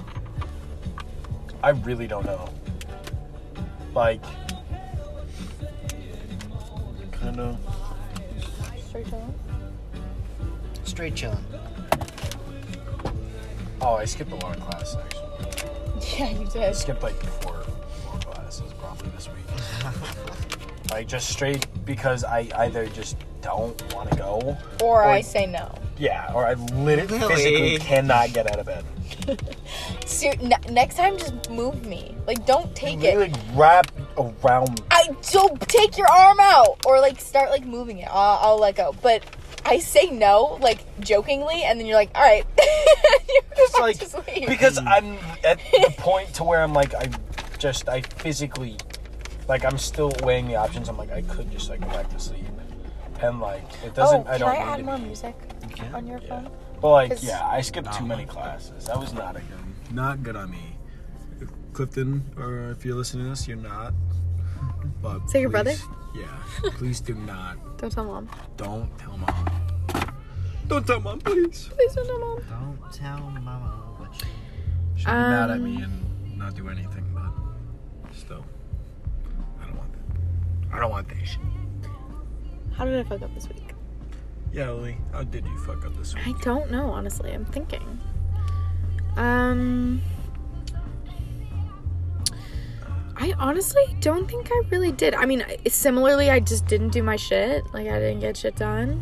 [SPEAKER 2] I really don't know. Like, kind of.
[SPEAKER 1] Straight down?
[SPEAKER 3] Straight chillin'.
[SPEAKER 2] Oh, I skipped a lot of class actually.
[SPEAKER 1] Yeah, you
[SPEAKER 2] I
[SPEAKER 1] did.
[SPEAKER 2] skipped like four, four classes probably this week. like just straight because I either just don't want to go,
[SPEAKER 1] Or I
[SPEAKER 2] Or-
[SPEAKER 1] say no.
[SPEAKER 2] yeah, or I literally
[SPEAKER 3] Really?
[SPEAKER 2] physically cannot get out of bed.
[SPEAKER 1] So, n- next time, just move me. Like, don't
[SPEAKER 2] I
[SPEAKER 1] take it.
[SPEAKER 2] literally wrap around.
[SPEAKER 1] I don't take your arm out or like start like moving it. I'll, I'll let go. But I say no, like jokingly, and then you're like, all right. You're
[SPEAKER 2] Just
[SPEAKER 1] like,
[SPEAKER 2] like
[SPEAKER 1] just leave.
[SPEAKER 2] because I'm at the point to where I'm like I just I physically like I'm still weighing the options. I'm like I could just like go back to sleep, and like it doesn't.
[SPEAKER 1] oh,
[SPEAKER 2] I
[SPEAKER 1] can
[SPEAKER 2] don't.
[SPEAKER 1] I
[SPEAKER 2] need
[SPEAKER 1] add
[SPEAKER 2] to
[SPEAKER 1] more
[SPEAKER 2] be-
[SPEAKER 1] music
[SPEAKER 3] Okay.
[SPEAKER 1] on your
[SPEAKER 2] Yeah.
[SPEAKER 1] phone?
[SPEAKER 2] But like,
[SPEAKER 1] 'Cause-
[SPEAKER 2] yeah, I skipped too
[SPEAKER 3] No.
[SPEAKER 2] many classes. That was not a good, not good on me. Clifton, or if you're listening to this, you're not. But
[SPEAKER 1] Is that your brother?
[SPEAKER 2] Yeah. please do not.
[SPEAKER 1] Don't tell mom.
[SPEAKER 2] Don't tell mom. Don't tell mom, please.
[SPEAKER 1] Please don't tell mom.
[SPEAKER 3] Don't tell mama what you
[SPEAKER 2] She'd be mad at
[SPEAKER 1] Um,
[SPEAKER 2] me and not do anything, but still, I don't want that. I don't want that shit.
[SPEAKER 1] How did I fuck up this week?
[SPEAKER 2] Yeah, Lily, how did you fuck up this week?
[SPEAKER 1] I don't know, honestly. I'm thinking.
[SPEAKER 5] Um, I honestly don't think I really did. I mean, I- similarly, I just didn't do my shit. Like, I didn't get shit done.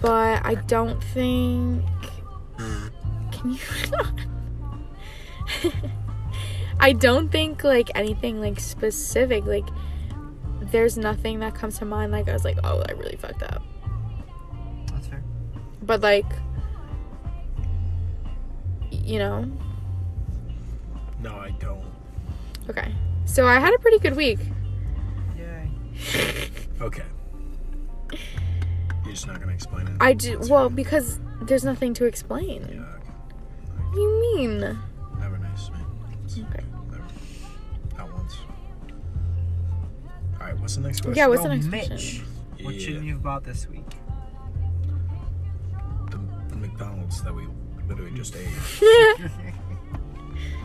[SPEAKER 5] But I don't think. Can you? I don't think like anything like specific. Like, there's nothing that comes to mind. Like, I was like, oh, I really fucked up.
[SPEAKER 3] That's fair.
[SPEAKER 5] But like, you know,
[SPEAKER 2] No, I don't.
[SPEAKER 5] Okay. So I had a pretty good week.
[SPEAKER 3] Yay.
[SPEAKER 2] Okay. You're just not gonna explain it.
[SPEAKER 5] I do well because there's nothing to explain.
[SPEAKER 2] Yeah. Okay.
[SPEAKER 5] What do you mean?
[SPEAKER 2] Never nice, man. It's
[SPEAKER 5] Okay.
[SPEAKER 2] Never. Not once. All right. What's the next question?
[SPEAKER 5] Yeah, what's
[SPEAKER 3] Yo,
[SPEAKER 5] the next
[SPEAKER 3] Oh, Mitch,
[SPEAKER 5] question?
[SPEAKER 3] what
[SPEAKER 2] Yeah.
[SPEAKER 3] shouldn't you have bought this week?
[SPEAKER 2] the, the McDonald's that we literally just ate.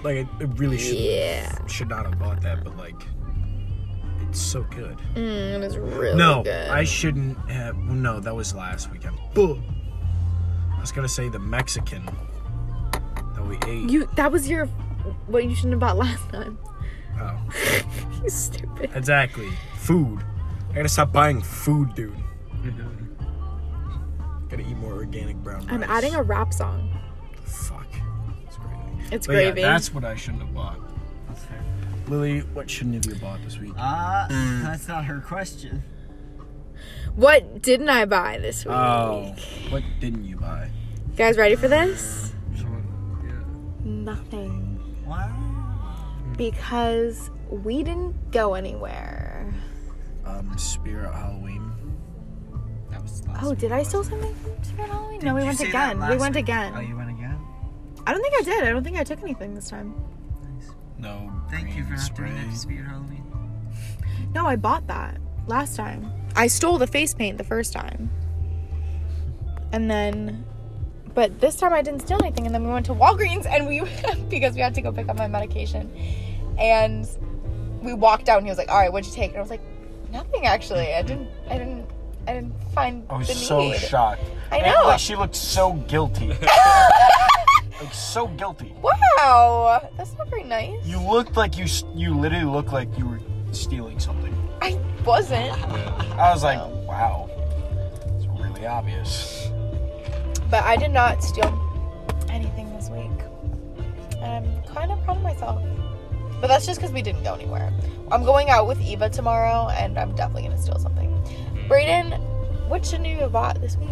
[SPEAKER 2] like it, it really should
[SPEAKER 5] Yeah.
[SPEAKER 2] should not have bought that, but like it's so good.
[SPEAKER 5] Mm, it is really
[SPEAKER 2] no,
[SPEAKER 5] good.
[SPEAKER 2] I shouldn't have. well, No, that was last weekend. Bull. I was gonna say the Mexican that we ate.
[SPEAKER 5] you that was your what you shouldn't have bought last time.
[SPEAKER 2] oh,
[SPEAKER 5] you stupid.
[SPEAKER 2] exactly. Food. I gotta stop buying food, dude. Gotta eat more organic brown
[SPEAKER 5] I'm
[SPEAKER 2] rice.
[SPEAKER 5] adding a rap song.
[SPEAKER 2] Fuck. It's crazy.
[SPEAKER 5] It's
[SPEAKER 2] But yeah,
[SPEAKER 5] gravy.
[SPEAKER 2] that's what I shouldn't have bought.
[SPEAKER 3] That's fair.
[SPEAKER 2] Lily, what shouldn't have you bought this week?
[SPEAKER 3] Uh, that's not her question.
[SPEAKER 5] what didn't I buy this week?
[SPEAKER 2] Oh, what didn't you buy?
[SPEAKER 5] You guys ready for this?
[SPEAKER 4] Someone- yeah.
[SPEAKER 1] Nothing.
[SPEAKER 3] What?
[SPEAKER 1] Because we didn't go anywhere.
[SPEAKER 2] Um, Spirit Halloween.
[SPEAKER 3] That was last
[SPEAKER 1] Oh,
[SPEAKER 3] week,
[SPEAKER 1] did I
[SPEAKER 3] wasn't
[SPEAKER 1] steal
[SPEAKER 3] it?
[SPEAKER 1] something from Spirit Halloween?
[SPEAKER 3] Did
[SPEAKER 1] no, we
[SPEAKER 3] you
[SPEAKER 1] went
[SPEAKER 3] say that
[SPEAKER 1] again. We
[SPEAKER 3] last
[SPEAKER 1] went
[SPEAKER 3] week?
[SPEAKER 1] again.
[SPEAKER 3] Oh, you went again?
[SPEAKER 1] I don't think I did. I don't think I took anything this time.
[SPEAKER 2] No.
[SPEAKER 3] Thank you
[SPEAKER 2] green
[SPEAKER 3] for not
[SPEAKER 2] spray.
[SPEAKER 3] doing that to Spirit Halloween.
[SPEAKER 1] No, I bought that last time. I stole the face paint the first time. And then but this time I didn't steal anything and then we went to Walgreens and we because we had to go pick up my medication. And we walked out and he was like, "All right, what'd you take?" And I was like, "Nothing actually. I didn't I didn't I didn't find
[SPEAKER 2] I was
[SPEAKER 1] the
[SPEAKER 2] so
[SPEAKER 1] need."
[SPEAKER 2] shocked.
[SPEAKER 1] I
[SPEAKER 2] And,
[SPEAKER 1] know.
[SPEAKER 2] like, she looked so guilty. like so guilty.
[SPEAKER 1] wow. That's not very nice.
[SPEAKER 2] You looked like you s- you literally looked like you were stealing something.
[SPEAKER 1] I wasn't,
[SPEAKER 2] I was like, wow. It's really obvious.
[SPEAKER 1] but I did not steal anything this week. And I'm kind of proud of myself. But that's just because we didn't go anywhere. I'm going out with Eva tomorrow, and I'm definitely going to steal something. Brayden, what should you have bought this week?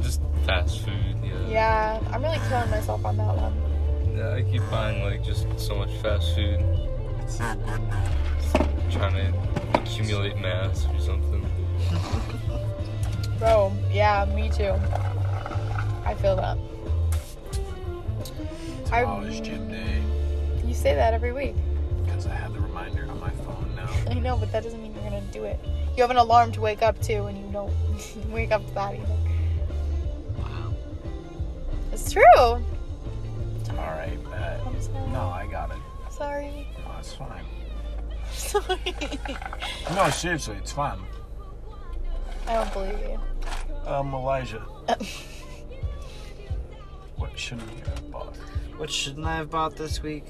[SPEAKER 4] Just fast food, yeah.
[SPEAKER 1] Yeah, I'm really killing myself on that one.
[SPEAKER 4] Yeah, I keep buying like just so much fast food. It's trying to accumulate mass or something.
[SPEAKER 1] Bro, yeah, me too. I feel that. I-
[SPEAKER 2] Tomorrow's gym day
[SPEAKER 1] You say that every week.
[SPEAKER 2] because I have the reminder on my phone now.
[SPEAKER 1] I know, but that doesn't mean you're going to do it. You have an alarm to wake up to, and you don't wake up to that either.
[SPEAKER 3] Wow.
[SPEAKER 1] It's true.
[SPEAKER 2] All right, bet.
[SPEAKER 1] I'm sorry.
[SPEAKER 2] No, I got it.
[SPEAKER 1] Sorry.
[SPEAKER 2] No, it's fine.
[SPEAKER 1] Sorry.
[SPEAKER 2] No, seriously, it's fine.
[SPEAKER 1] I don't believe you.
[SPEAKER 2] Um, Elijah.
[SPEAKER 1] Uh.
[SPEAKER 2] what shouldn't you have bought?
[SPEAKER 3] What shouldn't I have bought this week?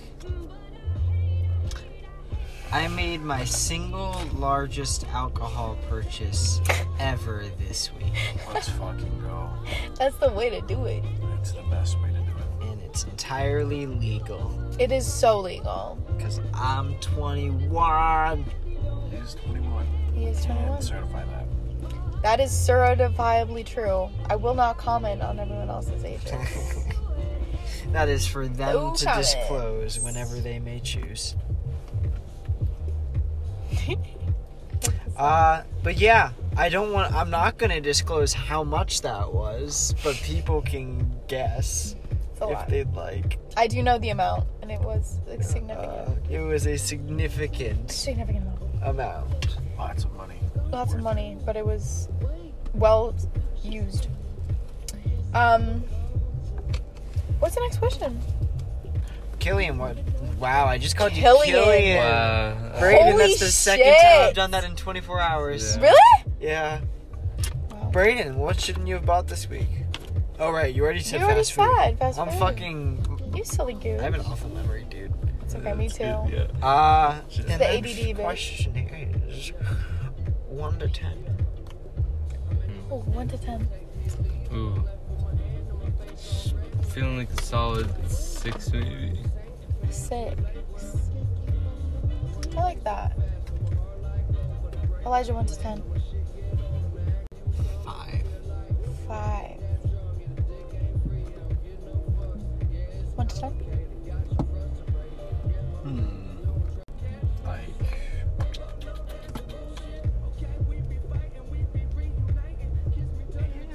[SPEAKER 3] I made my single largest alcohol purchase ever this week,
[SPEAKER 2] Let's fucking go.
[SPEAKER 1] That's the way to do it.
[SPEAKER 2] That's the best way to do it.
[SPEAKER 3] and it's entirely legal
[SPEAKER 1] It is so legal.
[SPEAKER 3] because I'm 21.
[SPEAKER 2] He's 21.
[SPEAKER 1] He is
[SPEAKER 2] Can
[SPEAKER 1] 21.
[SPEAKER 2] certify that.
[SPEAKER 1] That is certifiably true. I will not comment on everyone else's ages.
[SPEAKER 3] That is for them
[SPEAKER 1] Who
[SPEAKER 3] to
[SPEAKER 1] comments?
[SPEAKER 3] disclose whenever they may choose. uh, but yeah, I don't want. I'm not gonna disclose how much that was, but people can guess
[SPEAKER 1] It's a
[SPEAKER 3] if
[SPEAKER 1] lot.
[SPEAKER 3] they'd like.
[SPEAKER 1] I do know the amount, and it was like,
[SPEAKER 3] Uh,
[SPEAKER 1] significant.
[SPEAKER 3] it was a significant
[SPEAKER 1] Significant amount.
[SPEAKER 3] amount.
[SPEAKER 2] Lots of money.
[SPEAKER 1] Lots of money, but it was well used. Um, what's the next question?
[SPEAKER 3] Killian, what? Wow, I just called
[SPEAKER 1] Killian.
[SPEAKER 3] you Killian.
[SPEAKER 4] Wow.
[SPEAKER 3] Brayden,
[SPEAKER 1] Holy
[SPEAKER 3] that's the second time I've
[SPEAKER 1] shit.
[SPEAKER 3] done that in 24 hours.
[SPEAKER 4] Yeah.
[SPEAKER 1] Really?
[SPEAKER 3] Yeah.
[SPEAKER 1] Wow.
[SPEAKER 3] Brayden, what shouldn't you have bought this week? Oh right, you already said
[SPEAKER 1] You already
[SPEAKER 3] fast food.
[SPEAKER 1] said fast
[SPEAKER 3] I'm
[SPEAKER 1] food.
[SPEAKER 3] fucking.
[SPEAKER 1] You silly goose.
[SPEAKER 3] I have an awful memory, dude.
[SPEAKER 1] it's okay, me
[SPEAKER 4] That's
[SPEAKER 1] too.
[SPEAKER 4] good, Yeah.
[SPEAKER 3] Uh, and
[SPEAKER 1] The
[SPEAKER 3] then
[SPEAKER 1] ADD, babe.
[SPEAKER 3] Question is, one to ten.
[SPEAKER 1] Oh, one to ten.
[SPEAKER 4] Ooh. Feeling like a solid six, maybe.
[SPEAKER 1] Six. I like that. Elijah, one to ten.
[SPEAKER 3] Five.
[SPEAKER 1] Five. One to ten?
[SPEAKER 2] Like,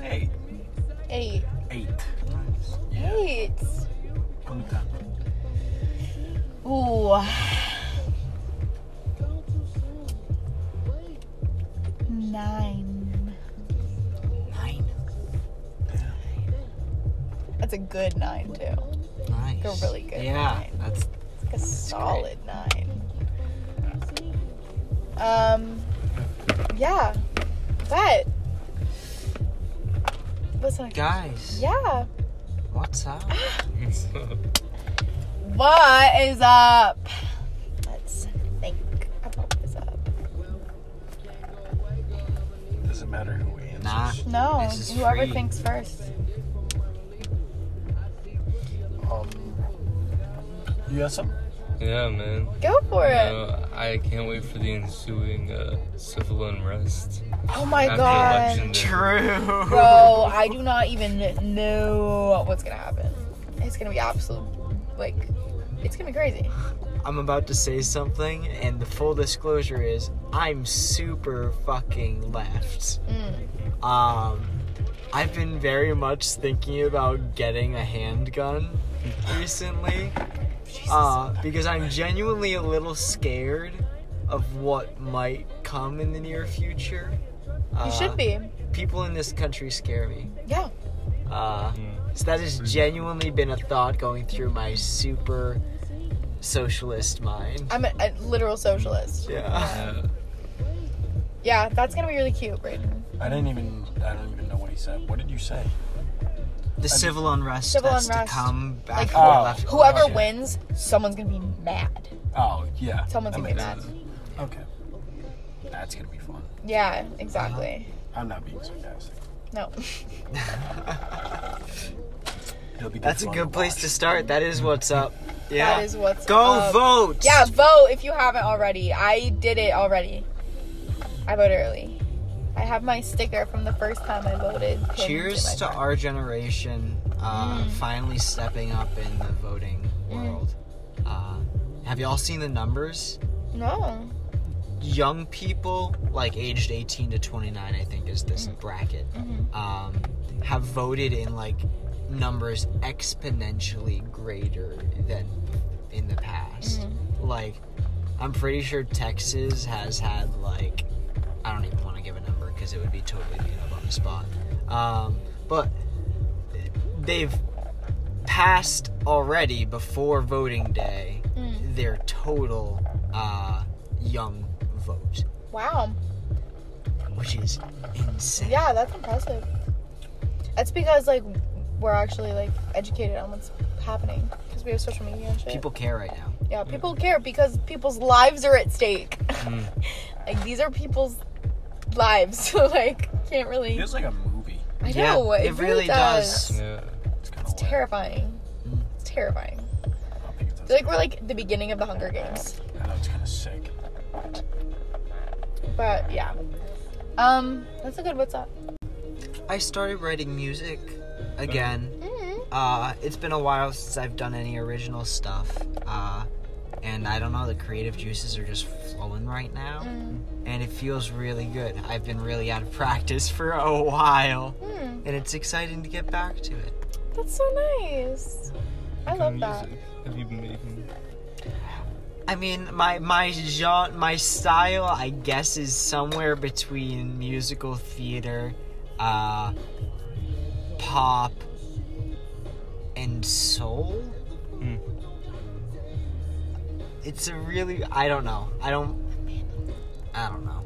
[SPEAKER 2] eight,
[SPEAKER 1] Eight.
[SPEAKER 2] eight.
[SPEAKER 1] Eight.
[SPEAKER 2] Good time.
[SPEAKER 1] Ooh. Nine.
[SPEAKER 3] Nine.
[SPEAKER 1] That's a good nine too.
[SPEAKER 3] Nice.
[SPEAKER 1] Like a really good
[SPEAKER 3] Yeah,
[SPEAKER 1] nine.
[SPEAKER 3] that's
[SPEAKER 1] Like a solid nine. Um, yeah, bet. Listen,
[SPEAKER 3] guys.
[SPEAKER 1] yeah. Ah.
[SPEAKER 3] What's up?
[SPEAKER 4] So,
[SPEAKER 1] What is up? Let's think about what's up.
[SPEAKER 2] Doesn't matter who answers.
[SPEAKER 3] Nah.
[SPEAKER 1] No,
[SPEAKER 3] This is
[SPEAKER 1] whoever
[SPEAKER 3] free.
[SPEAKER 1] thinks first.
[SPEAKER 2] Um, you got some?
[SPEAKER 4] yeah, man.
[SPEAKER 1] Go for
[SPEAKER 4] You
[SPEAKER 1] it.
[SPEAKER 4] know, I can't wait for the ensuing uh, civil unrest
[SPEAKER 1] Oh my
[SPEAKER 4] after election
[SPEAKER 1] god.
[SPEAKER 4] day.
[SPEAKER 3] True.
[SPEAKER 1] Bro, I do not even know what's gonna happen. It's gonna be absolute, like, it's gonna be crazy.
[SPEAKER 3] I'm about to say something, and the full disclosure is I'm super fucking left.
[SPEAKER 1] Mm.
[SPEAKER 3] Um, I've been very much thinking about getting a handgun recently, uh, because I'm genuinely a little scared of what might come in the near future.
[SPEAKER 1] You
[SPEAKER 3] Uh,
[SPEAKER 1] should be.
[SPEAKER 3] People in this country scare me.
[SPEAKER 1] Yeah.
[SPEAKER 3] Uh,
[SPEAKER 4] Mm.
[SPEAKER 3] so that has genuinely been a thought going through my super socialist mind.
[SPEAKER 1] I'm a, a literal socialist.
[SPEAKER 3] Yeah.
[SPEAKER 4] Yeah.
[SPEAKER 1] Yeah, that's gonna be really cute, Brayden.
[SPEAKER 2] I didn't even. I don't even know what he said. What did you say?
[SPEAKER 3] The civil unrest
[SPEAKER 1] Civil
[SPEAKER 3] that's
[SPEAKER 1] unrest.
[SPEAKER 3] to come back
[SPEAKER 1] Like,
[SPEAKER 3] from the
[SPEAKER 2] Oh.
[SPEAKER 3] left.
[SPEAKER 1] Whoever
[SPEAKER 3] Yeah.
[SPEAKER 1] wins, someone's gonna be mad.
[SPEAKER 2] Oh yeah.
[SPEAKER 1] Someone's
[SPEAKER 2] That
[SPEAKER 1] gonna be
[SPEAKER 2] makes
[SPEAKER 1] mad.
[SPEAKER 2] sense. Okay. That's gonna be fun.
[SPEAKER 1] Yeah, exactly.
[SPEAKER 2] I'm not being sarcastic.
[SPEAKER 1] No.
[SPEAKER 2] It'll be. Good
[SPEAKER 3] That's a
[SPEAKER 2] fun
[SPEAKER 3] good place
[SPEAKER 2] watch.
[SPEAKER 3] to start. That is what's up. Yeah.
[SPEAKER 1] That is what's
[SPEAKER 3] Go
[SPEAKER 1] up.
[SPEAKER 3] vote.
[SPEAKER 1] Yeah, vote if you haven't already. I did it already. I voted early. I have my sticker from the first time I voted. pinned in my
[SPEAKER 3] Cheers to
[SPEAKER 1] car.
[SPEAKER 3] our generation uh,
[SPEAKER 1] Mm.
[SPEAKER 3] finally stepping up in the voting world. Uh, have y'all seen the numbers?
[SPEAKER 1] No.
[SPEAKER 3] Young people, like aged 18 to 29, I think is this bracket, um, have voted in like numbers exponentially greater than in the past. Like, I'm pretty sure Texas has had like I don't even want to give a number because it would be totally made up on the spot. Um, but they've passed already before voting day their total uh, young vote,
[SPEAKER 1] Wow.
[SPEAKER 3] which is insane.
[SPEAKER 1] Yeah, that's impressive. That's because like we're actually like educated on what's happening because we have social media and shit.
[SPEAKER 3] People Mm. care right now.
[SPEAKER 1] Yeah, people care because people's lives are at stake.
[SPEAKER 3] Mm.
[SPEAKER 1] like these are people's lives, so like can't really.
[SPEAKER 2] Feels like a movie.
[SPEAKER 1] I
[SPEAKER 3] Yeah,
[SPEAKER 1] know
[SPEAKER 3] it really does. Mm.
[SPEAKER 4] Yeah.
[SPEAKER 2] It's kind
[SPEAKER 1] It's terrifying. It's terrifying.
[SPEAKER 2] I think it's-
[SPEAKER 1] It's like we're like the beginning of the Hunger Games,
[SPEAKER 2] I know it's kind of sick.
[SPEAKER 1] but yeah. Um, that's a good what's up.
[SPEAKER 3] I started writing music again.
[SPEAKER 1] Mm-hmm.
[SPEAKER 3] Uh, it's been a while since I've done any original stuff. Uh, and I don't know, the creative juices are just flowing right now.
[SPEAKER 1] Mm.
[SPEAKER 3] And it feels really good. I've been really out of practice for a while.
[SPEAKER 1] Mm,
[SPEAKER 3] And it's exciting to get back to it.
[SPEAKER 1] that's so nice. I
[SPEAKER 4] What
[SPEAKER 1] love
[SPEAKER 4] kind of
[SPEAKER 1] that.
[SPEAKER 4] music Have you been making?
[SPEAKER 3] I mean, my my genre, my style, I guess, is somewhere between musical theater, uh, pop, and soul.
[SPEAKER 4] Hmm.
[SPEAKER 3] It's a really I don't know. I don't. I don't know.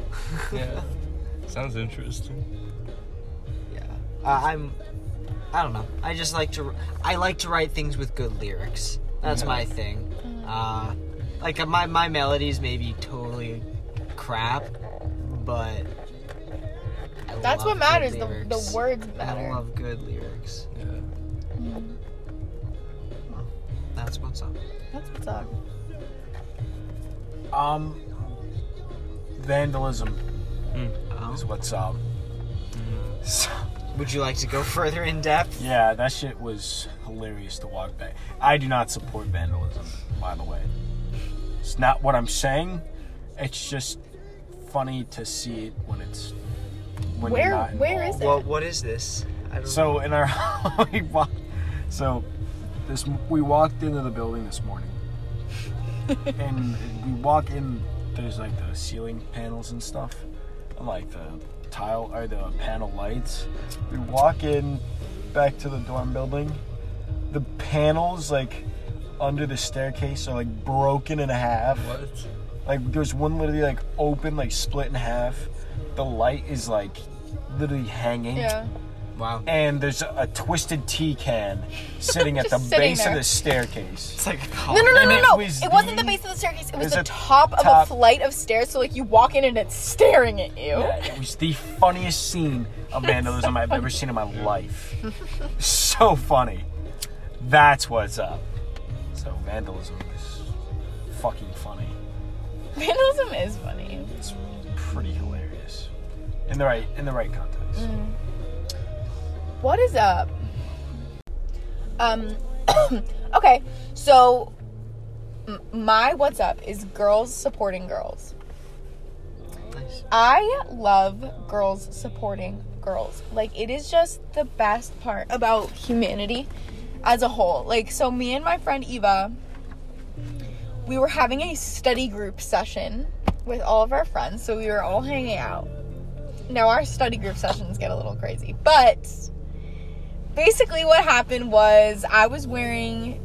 [SPEAKER 4] Yeah. Sounds interesting.
[SPEAKER 3] Yeah. Uh, I'm I don't know. I just like to I like to write things with good lyrics. That's my thing. Uh, like uh, my my melodies may be totally crap, but I
[SPEAKER 1] That's
[SPEAKER 3] love
[SPEAKER 1] what
[SPEAKER 3] good
[SPEAKER 1] matters. The, the
[SPEAKER 3] lyrics.
[SPEAKER 1] words
[SPEAKER 3] I
[SPEAKER 1] matter.
[SPEAKER 3] love good lyrics.
[SPEAKER 4] Yeah.
[SPEAKER 3] That's what's up.
[SPEAKER 1] That's what's up.
[SPEAKER 2] Um, vandalism
[SPEAKER 3] Um,
[SPEAKER 2] is what's up. So,
[SPEAKER 3] would you like to go further in depth?
[SPEAKER 2] yeah, that shit was hilarious to walk back. I do not support vandalism, by the way. It's not what I'm saying. It's just funny to see it when it's when
[SPEAKER 1] Where-
[SPEAKER 2] you're not
[SPEAKER 1] where is
[SPEAKER 2] involved.
[SPEAKER 1] it?
[SPEAKER 3] Well, what is this? I don't
[SPEAKER 2] So in our we walk, so this we walked into the building this morning, and we walk in. There's like the ceiling panels and stuff, and like the tile or the panel lights. We walk in back to the dorm building. The panels like under the staircase are like broken in half.
[SPEAKER 4] What?
[SPEAKER 2] Like there's one literally like open, like split in half. The light is like literally hanging
[SPEAKER 1] Yeah.
[SPEAKER 3] Wow.
[SPEAKER 2] and there's a, a twisted tea can sitting at the
[SPEAKER 1] Just sitting
[SPEAKER 2] base
[SPEAKER 1] there.
[SPEAKER 2] of the staircase.
[SPEAKER 3] It's like a
[SPEAKER 1] No, no, no,
[SPEAKER 2] And
[SPEAKER 1] no,
[SPEAKER 2] it
[SPEAKER 1] no.
[SPEAKER 2] was
[SPEAKER 1] It wasn't
[SPEAKER 2] the-
[SPEAKER 1] the base of the staircase. It was
[SPEAKER 2] was
[SPEAKER 1] the
[SPEAKER 2] a
[SPEAKER 1] top of a
[SPEAKER 2] top-
[SPEAKER 1] flight of stairs. So like you walk in and it's staring at you.
[SPEAKER 2] Yeah, it was the funniest scene of vandalism I've ever seen in my life. so funny. That's what's up. So vandalism is fucking funny.
[SPEAKER 1] Vandalism is funny.
[SPEAKER 2] It's pretty hilarious. In the right in the right context.
[SPEAKER 1] Mm. What is up? Um. okay. So m- my what's up is girls supporting girls.
[SPEAKER 3] Nice.
[SPEAKER 1] I love girls supporting girls. Like it is just the best part about humanity as a whole. Like so me and my friend Eva we were having a study group session with all of our friends, so we were all hanging out. Now our study group sessions get a little crazy, but basically what happened was I was wearing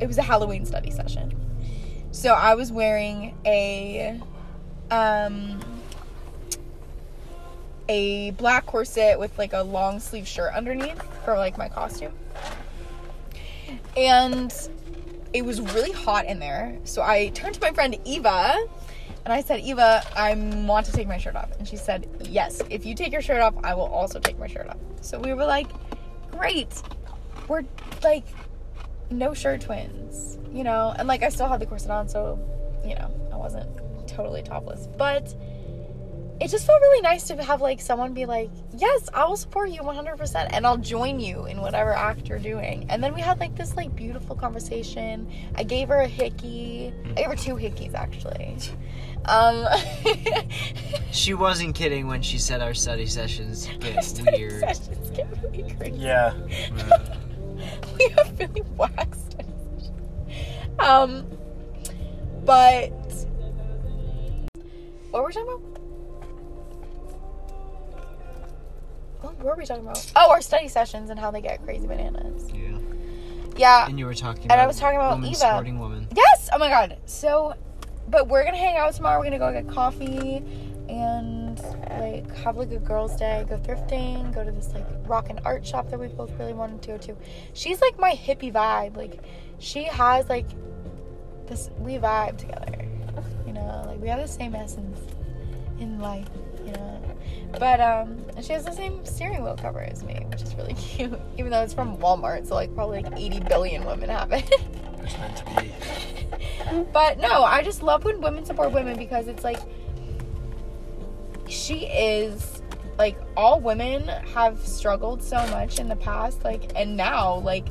[SPEAKER 1] it was a Halloween study session. So I was wearing a um a black corset with like a long sleeve shirt underneath for like my costume. And it was really hot in there. So I turned to my friend Eva and I said, Eva, I want to take my shirt off. And she said, Yes, if you take your shirt off, I will also take my shirt off. So we were like, Great. We're like no shirt twins, you know? And like I still had the corset on, so you know, I wasn't totally topless. But it just felt really nice to have like someone be like, "Yes, I will support you 100% and I'll join you in whatever act you're doing." And then we had like this like beautiful conversation. I gave her a hickey. I gave her two hickeys actually. Um
[SPEAKER 3] She wasn't kidding when she said our study sessions get
[SPEAKER 1] study
[SPEAKER 3] weird.
[SPEAKER 1] sessions get really crazy.
[SPEAKER 2] Yeah.
[SPEAKER 1] we have really waxed. Um, but what were we talking about? What were we talking about? Oh, our study sessions and how they get crazy bananas.
[SPEAKER 3] Yeah.
[SPEAKER 1] Yeah.
[SPEAKER 3] And you were talking.
[SPEAKER 1] And I was talking about
[SPEAKER 3] woman
[SPEAKER 1] Eva.
[SPEAKER 3] supporting woman.
[SPEAKER 1] Yes. Oh my god. So, but we're gonna hang out tomorrow. We're gonna go get coffee and like have like a girls' day. Go thrifting. Go to this like rock and art shop that we both really wanted to go to. She's like my hippie vibe. Like she has like this. We vibe together. You know, like we have the same essence in life. You know, but um, and she has the same steering wheel cover as me, which is really cute. Even though it's from Walmart, so like probably like 80 billion women have it.
[SPEAKER 2] It's meant to be.
[SPEAKER 1] But no, I just love when women support women because it's like she is like all women have struggled so much in the past like and now like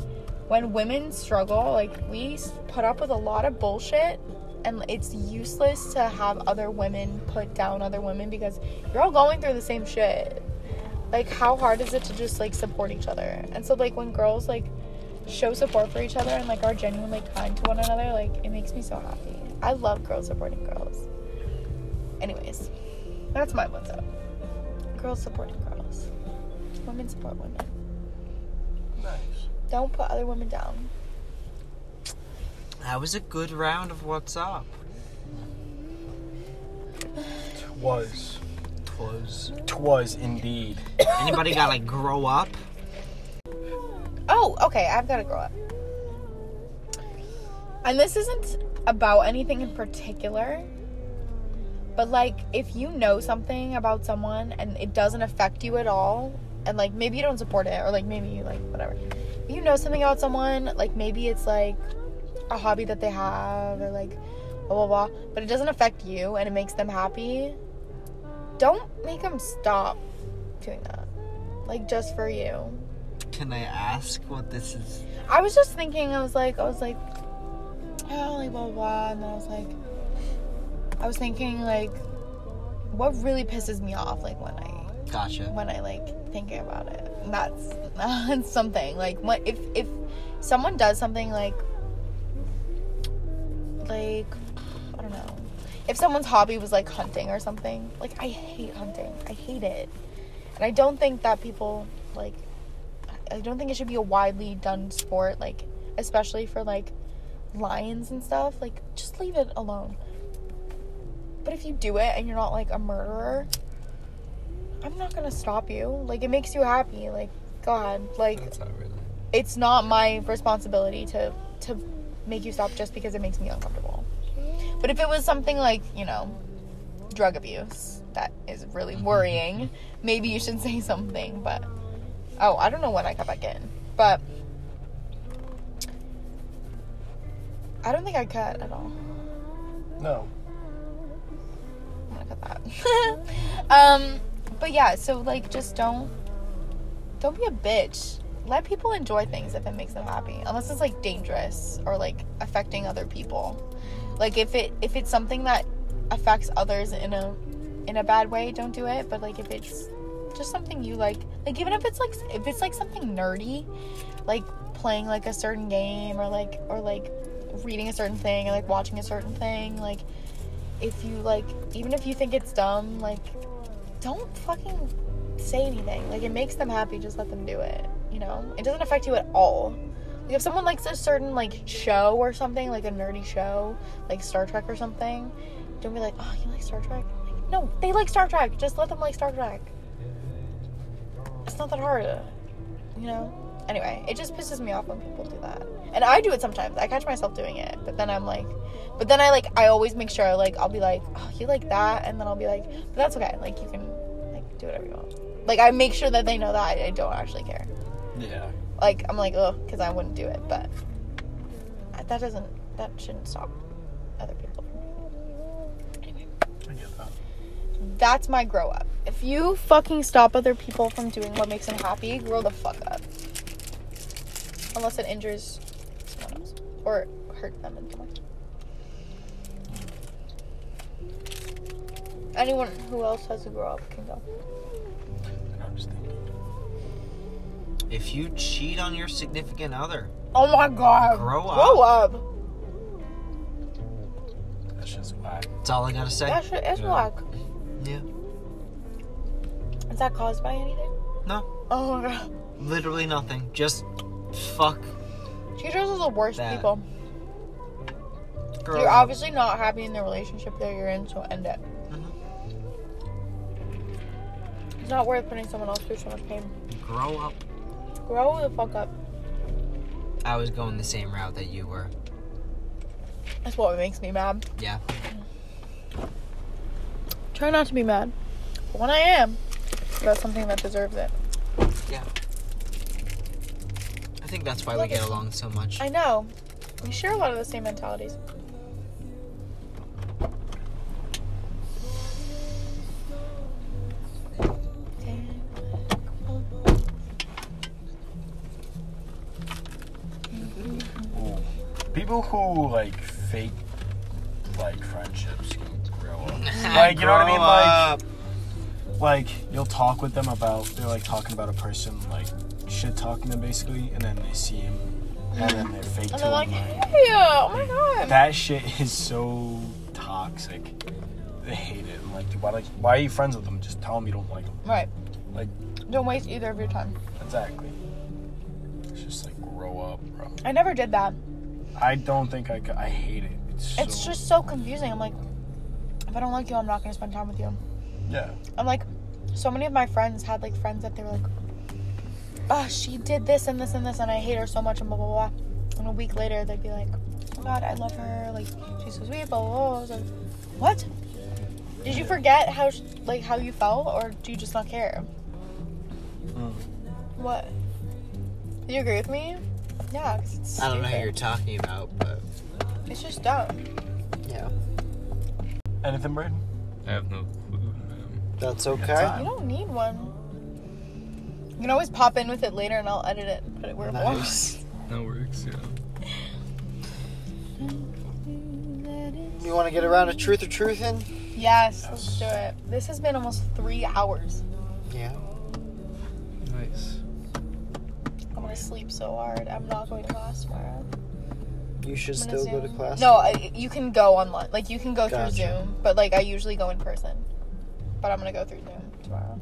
[SPEAKER 1] when women struggle like we s- put up with a lot of bullshit and it's useless to have other women put down other women because you're all going through the same shit like how hard is it to just like support each other and so like when girls like show support for each other and like are genuinely kind to one another, like it makes me so happy. I love girls supporting girls. Anyways, that's my what's up. Girls supporting girls. Women support women.
[SPEAKER 2] Nice.
[SPEAKER 1] Don't put other women down.
[SPEAKER 3] That was a good round of what's up.
[SPEAKER 2] Was.
[SPEAKER 3] Twas.
[SPEAKER 2] Twas indeed.
[SPEAKER 3] Anybody got like grow up?
[SPEAKER 1] Oh, okay. I've got to grow up. And this isn't about anything in particular, but like if you know something about someone and it doesn't affect you at all, and like maybe you don't support it, or like maybe you like whatever. You know something about someone, like maybe it's like a hobby that they have, or like blah blah blah, but it doesn't affect you and it makes them happy. Don't make them stop doing that, like just for you.
[SPEAKER 3] Can I ask what this is?
[SPEAKER 1] I was just thinking, I was like, I was like, oh, like, blah, blah, blah. And then I was like, I was thinking, like, what really pisses me off, like, when I,
[SPEAKER 3] Gotcha.
[SPEAKER 1] when I, like, thinking about it. And that's, that's something. Like, what, if, if someone does something, like, like, I don't know. If someone's hobby was, like, hunting or something, like, I hate hunting. I hate it. And I don't think that people, like, I don't think it should be a widely done sport, like especially for like lions and stuff. Like just leave it alone. But if you do it and you're not like a murderer, I'm not gonna stop you. Like it makes you happy. Like go ahead. Like
[SPEAKER 4] That's not really.
[SPEAKER 1] it's not my responsibility to to make you stop just because it makes me uncomfortable. But if it was something like, you know, drug abuse that is really worrying, maybe you should say something, but oh, I don't know when I got back in. But I don't think I cut at all.
[SPEAKER 2] No.
[SPEAKER 1] I'm gonna cut that. um, but yeah, so like, just don't, don't be a bitch. Let people enjoy things if it makes them happy, unless it's like dangerous or like affecting other people. Like if it if it's something that affects others in a in a bad way, don't do it. But like if it's just something you like, like even if it's like if it's like something nerdy, like playing like a certain game or like or like reading a certain thing or like watching a certain thing, like if you like even if you think it's dumb like don't fucking say anything like it makes them happy just let them do it you know it doesn't affect you at all like if someone likes a certain like show or something like a nerdy show like star trek or something don't be like oh you like star trek like, no they like star trek just let them like star trek it's not that hard you know anyway it just pisses me off when people do that and i do it sometimes i catch myself doing it but then i'm like but then I like I always make sure like I'll be like, oh, you like that, and then I'll be like, but that's okay. Like you can like do whatever you want. Like I make sure that they know that I, I don't actually care.
[SPEAKER 2] Yeah.
[SPEAKER 1] Like I'm like oh, because I wouldn't do it, but that doesn't that shouldn't stop other people. from doing it. Anyway,
[SPEAKER 2] I get that.
[SPEAKER 1] That's my grow up. If you fucking stop other people from doing what makes them happy, grow the fuck up. Unless it injures someone else or hurt them in some way. Anyone who else has to grow up can go.
[SPEAKER 2] I'm just thinking.
[SPEAKER 3] If you cheat on your significant other,
[SPEAKER 1] Oh my god.
[SPEAKER 3] Grow up.
[SPEAKER 1] Grow up.
[SPEAKER 2] That shit's whack.
[SPEAKER 3] that's all I gotta say.
[SPEAKER 1] That shit is
[SPEAKER 2] Yeah.
[SPEAKER 1] whack.
[SPEAKER 3] Yeah.
[SPEAKER 1] Is that caused by anything?
[SPEAKER 3] No,
[SPEAKER 1] Oh my god.
[SPEAKER 3] literally nothing. Just fuck.
[SPEAKER 1] Cheaters are the worst
[SPEAKER 3] That.
[SPEAKER 1] people.
[SPEAKER 3] Girl.
[SPEAKER 1] You're obviously not happy in the relationship that you're in, so end it. It's not worth putting someone else through so much pain.
[SPEAKER 3] Grow up.
[SPEAKER 1] Grow the fuck up.
[SPEAKER 3] I was going the same route that you were.
[SPEAKER 1] That's what makes me mad.
[SPEAKER 3] Yeah.
[SPEAKER 1] Try not to be mad. But when I am, it's about something that deserves it.
[SPEAKER 3] I think that's why we
[SPEAKER 1] Look,
[SPEAKER 3] get
[SPEAKER 1] it's-
[SPEAKER 3] along so much.
[SPEAKER 1] I know. We share a lot of the same mentalities.
[SPEAKER 2] Ooh. People who like fake like friendships can grow up. Like you know what I mean? Like like you'll talk with them about they're like talking about a person like shit talking them basically, and then they see him, and then they're fake
[SPEAKER 1] And
[SPEAKER 2] to him.
[SPEAKER 1] they're like,
[SPEAKER 2] like,
[SPEAKER 1] hey, oh my god.
[SPEAKER 2] that shit is so toxic. They hate it. I'm like, dude, why like why are you friends with them? Just tell them you don't like them.
[SPEAKER 1] Right.
[SPEAKER 2] Like-
[SPEAKER 1] don't waste either of your time.
[SPEAKER 2] Exactly. It's just like grow up, bro.
[SPEAKER 1] I never did that.
[SPEAKER 2] I don't think I could. I hate it. It's,
[SPEAKER 1] It's
[SPEAKER 2] so,
[SPEAKER 1] just so confusing. I'm like, if I don't like you, I'm not gonna spend time with you.
[SPEAKER 2] yeah.
[SPEAKER 1] I'm like, so many of my friends had like friends that they were like, oh, she did this and this and this, and I hate her so much, and blah, blah, blah. And a week later, they'd be like, oh my god, I love her. Like, she's so sweet, blah, blah, blah. I was like, what? Did you forget how, sh- like, how you felt, or do you just not care? What? Do you agree with me? Yeah, 'cause it's
[SPEAKER 3] I don't know who
[SPEAKER 1] stupid.
[SPEAKER 3] you're talking about, but
[SPEAKER 1] It's just dumb.
[SPEAKER 3] yeah,
[SPEAKER 2] Anything, Braden?
[SPEAKER 4] I have no clue, man.
[SPEAKER 3] that's
[SPEAKER 1] You
[SPEAKER 3] okay.
[SPEAKER 1] don't need one. You can always pop in with it later, and I'll edit it, put it where it belongs.
[SPEAKER 3] Nice.
[SPEAKER 4] That works, yeah.
[SPEAKER 3] You want to get around to truth or truthing?
[SPEAKER 1] Yes, let's do it. This has been almost three hours.
[SPEAKER 3] Yeah.
[SPEAKER 4] Nice.
[SPEAKER 1] I'm gonna sleep so hard. I'm not going to class tomorrow.
[SPEAKER 3] You should
[SPEAKER 1] I'm gonna
[SPEAKER 3] still go to
[SPEAKER 1] Zoom.
[SPEAKER 3] class.
[SPEAKER 1] No, I, you can go online. Like you can go
[SPEAKER 3] Gotcha.
[SPEAKER 1] through Zoom, but like I usually go in person. But I'm gonna go through Zoom tomorrow.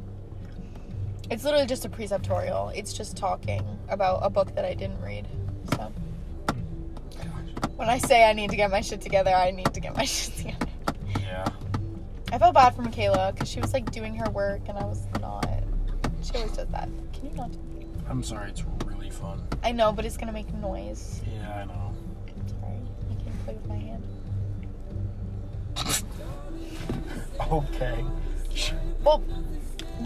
[SPEAKER 1] It's literally just a preceptorial. It's just talking about a book that I didn't read. So when I say I need to get my shit together, I need to get my shit together.
[SPEAKER 2] Yeah.
[SPEAKER 1] I felt bad for Michaela because she was like doing her work and I was not. She always does that. Can you not?
[SPEAKER 2] I'm sorry, it's really fun.
[SPEAKER 1] I know, but it's gonna make noise.
[SPEAKER 2] Yeah, I know.
[SPEAKER 1] Sorry, I can't play with my hand.
[SPEAKER 2] Okay.
[SPEAKER 1] Well,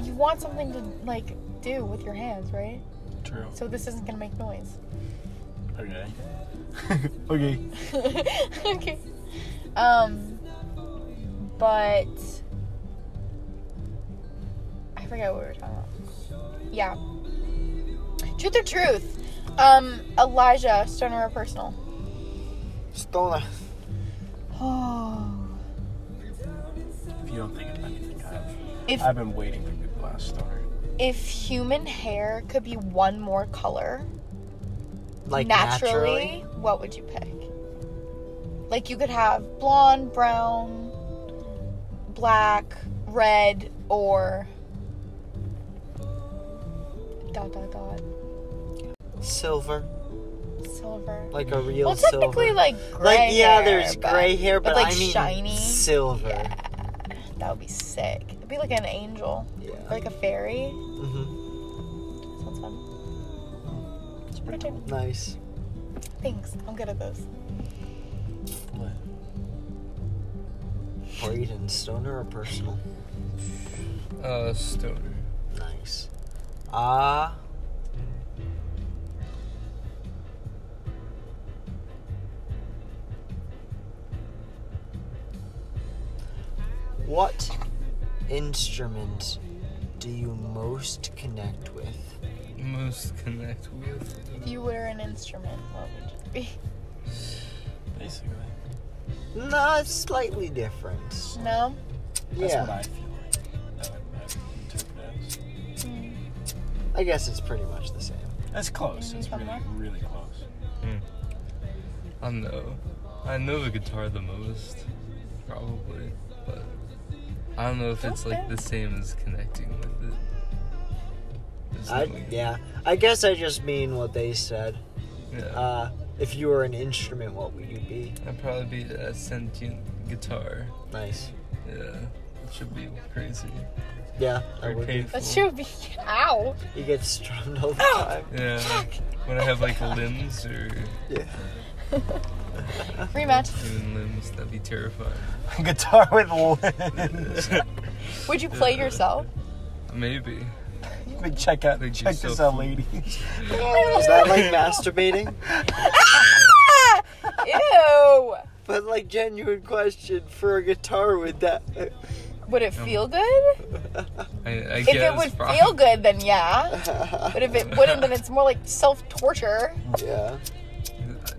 [SPEAKER 1] you want something to like do with your hands, right?
[SPEAKER 2] True.
[SPEAKER 1] So this isn't gonna make noise.
[SPEAKER 2] Okay. okay.
[SPEAKER 1] okay. Um. But I forget what we were talking about. Yeah. Truth or truth? Um, Elijah, stoner or personal?
[SPEAKER 3] Stoner.
[SPEAKER 1] Oh.
[SPEAKER 2] If you don't think of anything, I've,
[SPEAKER 1] If
[SPEAKER 2] I've been waiting for good last story.
[SPEAKER 1] if human hair could be one more color,
[SPEAKER 3] Like
[SPEAKER 1] naturally,
[SPEAKER 3] naturally.
[SPEAKER 1] what would you pick? Like you could have blonde, brown, black, red, or dot dot dot
[SPEAKER 3] Silver.
[SPEAKER 1] silver.
[SPEAKER 3] Like a real
[SPEAKER 1] well,
[SPEAKER 3] silver.
[SPEAKER 1] technically, like gray
[SPEAKER 3] Like, yeah,
[SPEAKER 1] hair,
[SPEAKER 3] there's
[SPEAKER 1] but
[SPEAKER 3] gray hair,
[SPEAKER 1] but,
[SPEAKER 3] but,
[SPEAKER 1] like,
[SPEAKER 3] I mean
[SPEAKER 1] shiny.
[SPEAKER 3] silver.
[SPEAKER 1] Yeah. that would be sick. It'd be like an angel, or like a fairy.
[SPEAKER 3] hmm
[SPEAKER 1] Sounds fun.
[SPEAKER 2] It's pretty cool.
[SPEAKER 3] Nice.
[SPEAKER 1] Thanks. I'm good at those.
[SPEAKER 3] Braden, stoner or personal?
[SPEAKER 4] Uh, stoner.
[SPEAKER 3] Nice. Ah. Uh, what instrument do you most connect with?
[SPEAKER 4] Most connect with.
[SPEAKER 1] If you were an instrument, what would you be?
[SPEAKER 2] Basically.
[SPEAKER 3] No, it's slightly different.
[SPEAKER 1] No.
[SPEAKER 2] That's
[SPEAKER 3] yeah,
[SPEAKER 2] what I feel like. That I- I interpret it
[SPEAKER 1] Hmm.
[SPEAKER 3] I guess it's pretty much the same.
[SPEAKER 2] as. That's close. It's
[SPEAKER 1] Come
[SPEAKER 2] really,
[SPEAKER 1] on.
[SPEAKER 2] really close.
[SPEAKER 4] I know. I know the guitar the most, probably, but I don't know if it's like the same as connecting with it. There's no
[SPEAKER 3] I
[SPEAKER 4] way.
[SPEAKER 3] yeah. I guess I just mean what they said.
[SPEAKER 4] Yeah.
[SPEAKER 3] Uh, if you were an instrument, what would you be?
[SPEAKER 4] I'd probably be a sentient guitar.
[SPEAKER 3] Nice.
[SPEAKER 4] Yeah. It should be crazy.
[SPEAKER 3] Yeah, I
[SPEAKER 4] Or
[SPEAKER 3] would. be.
[SPEAKER 4] painful.
[SPEAKER 1] That should be. Ow.
[SPEAKER 3] You get strummed all the time.
[SPEAKER 4] Yeah. When I have like limbs or
[SPEAKER 1] Rematch.
[SPEAKER 4] even limbs, that'd be terrifying.
[SPEAKER 2] Guitar with limbs.
[SPEAKER 1] Would you play yourself?
[SPEAKER 4] Maybe.
[SPEAKER 2] But check out,
[SPEAKER 4] Think
[SPEAKER 2] check
[SPEAKER 4] you're
[SPEAKER 2] this
[SPEAKER 4] so
[SPEAKER 2] out, ladies.
[SPEAKER 3] Is that like masturbating?
[SPEAKER 1] Ew.
[SPEAKER 3] But like genuine question for a guitar with that.
[SPEAKER 1] Would it
[SPEAKER 4] Um,
[SPEAKER 1] feel good?
[SPEAKER 4] I, I
[SPEAKER 1] If
[SPEAKER 4] guess
[SPEAKER 1] it would
[SPEAKER 4] probably.
[SPEAKER 1] feel good, then yeah. But if it wouldn't, then it's more like self torture.
[SPEAKER 3] yeah.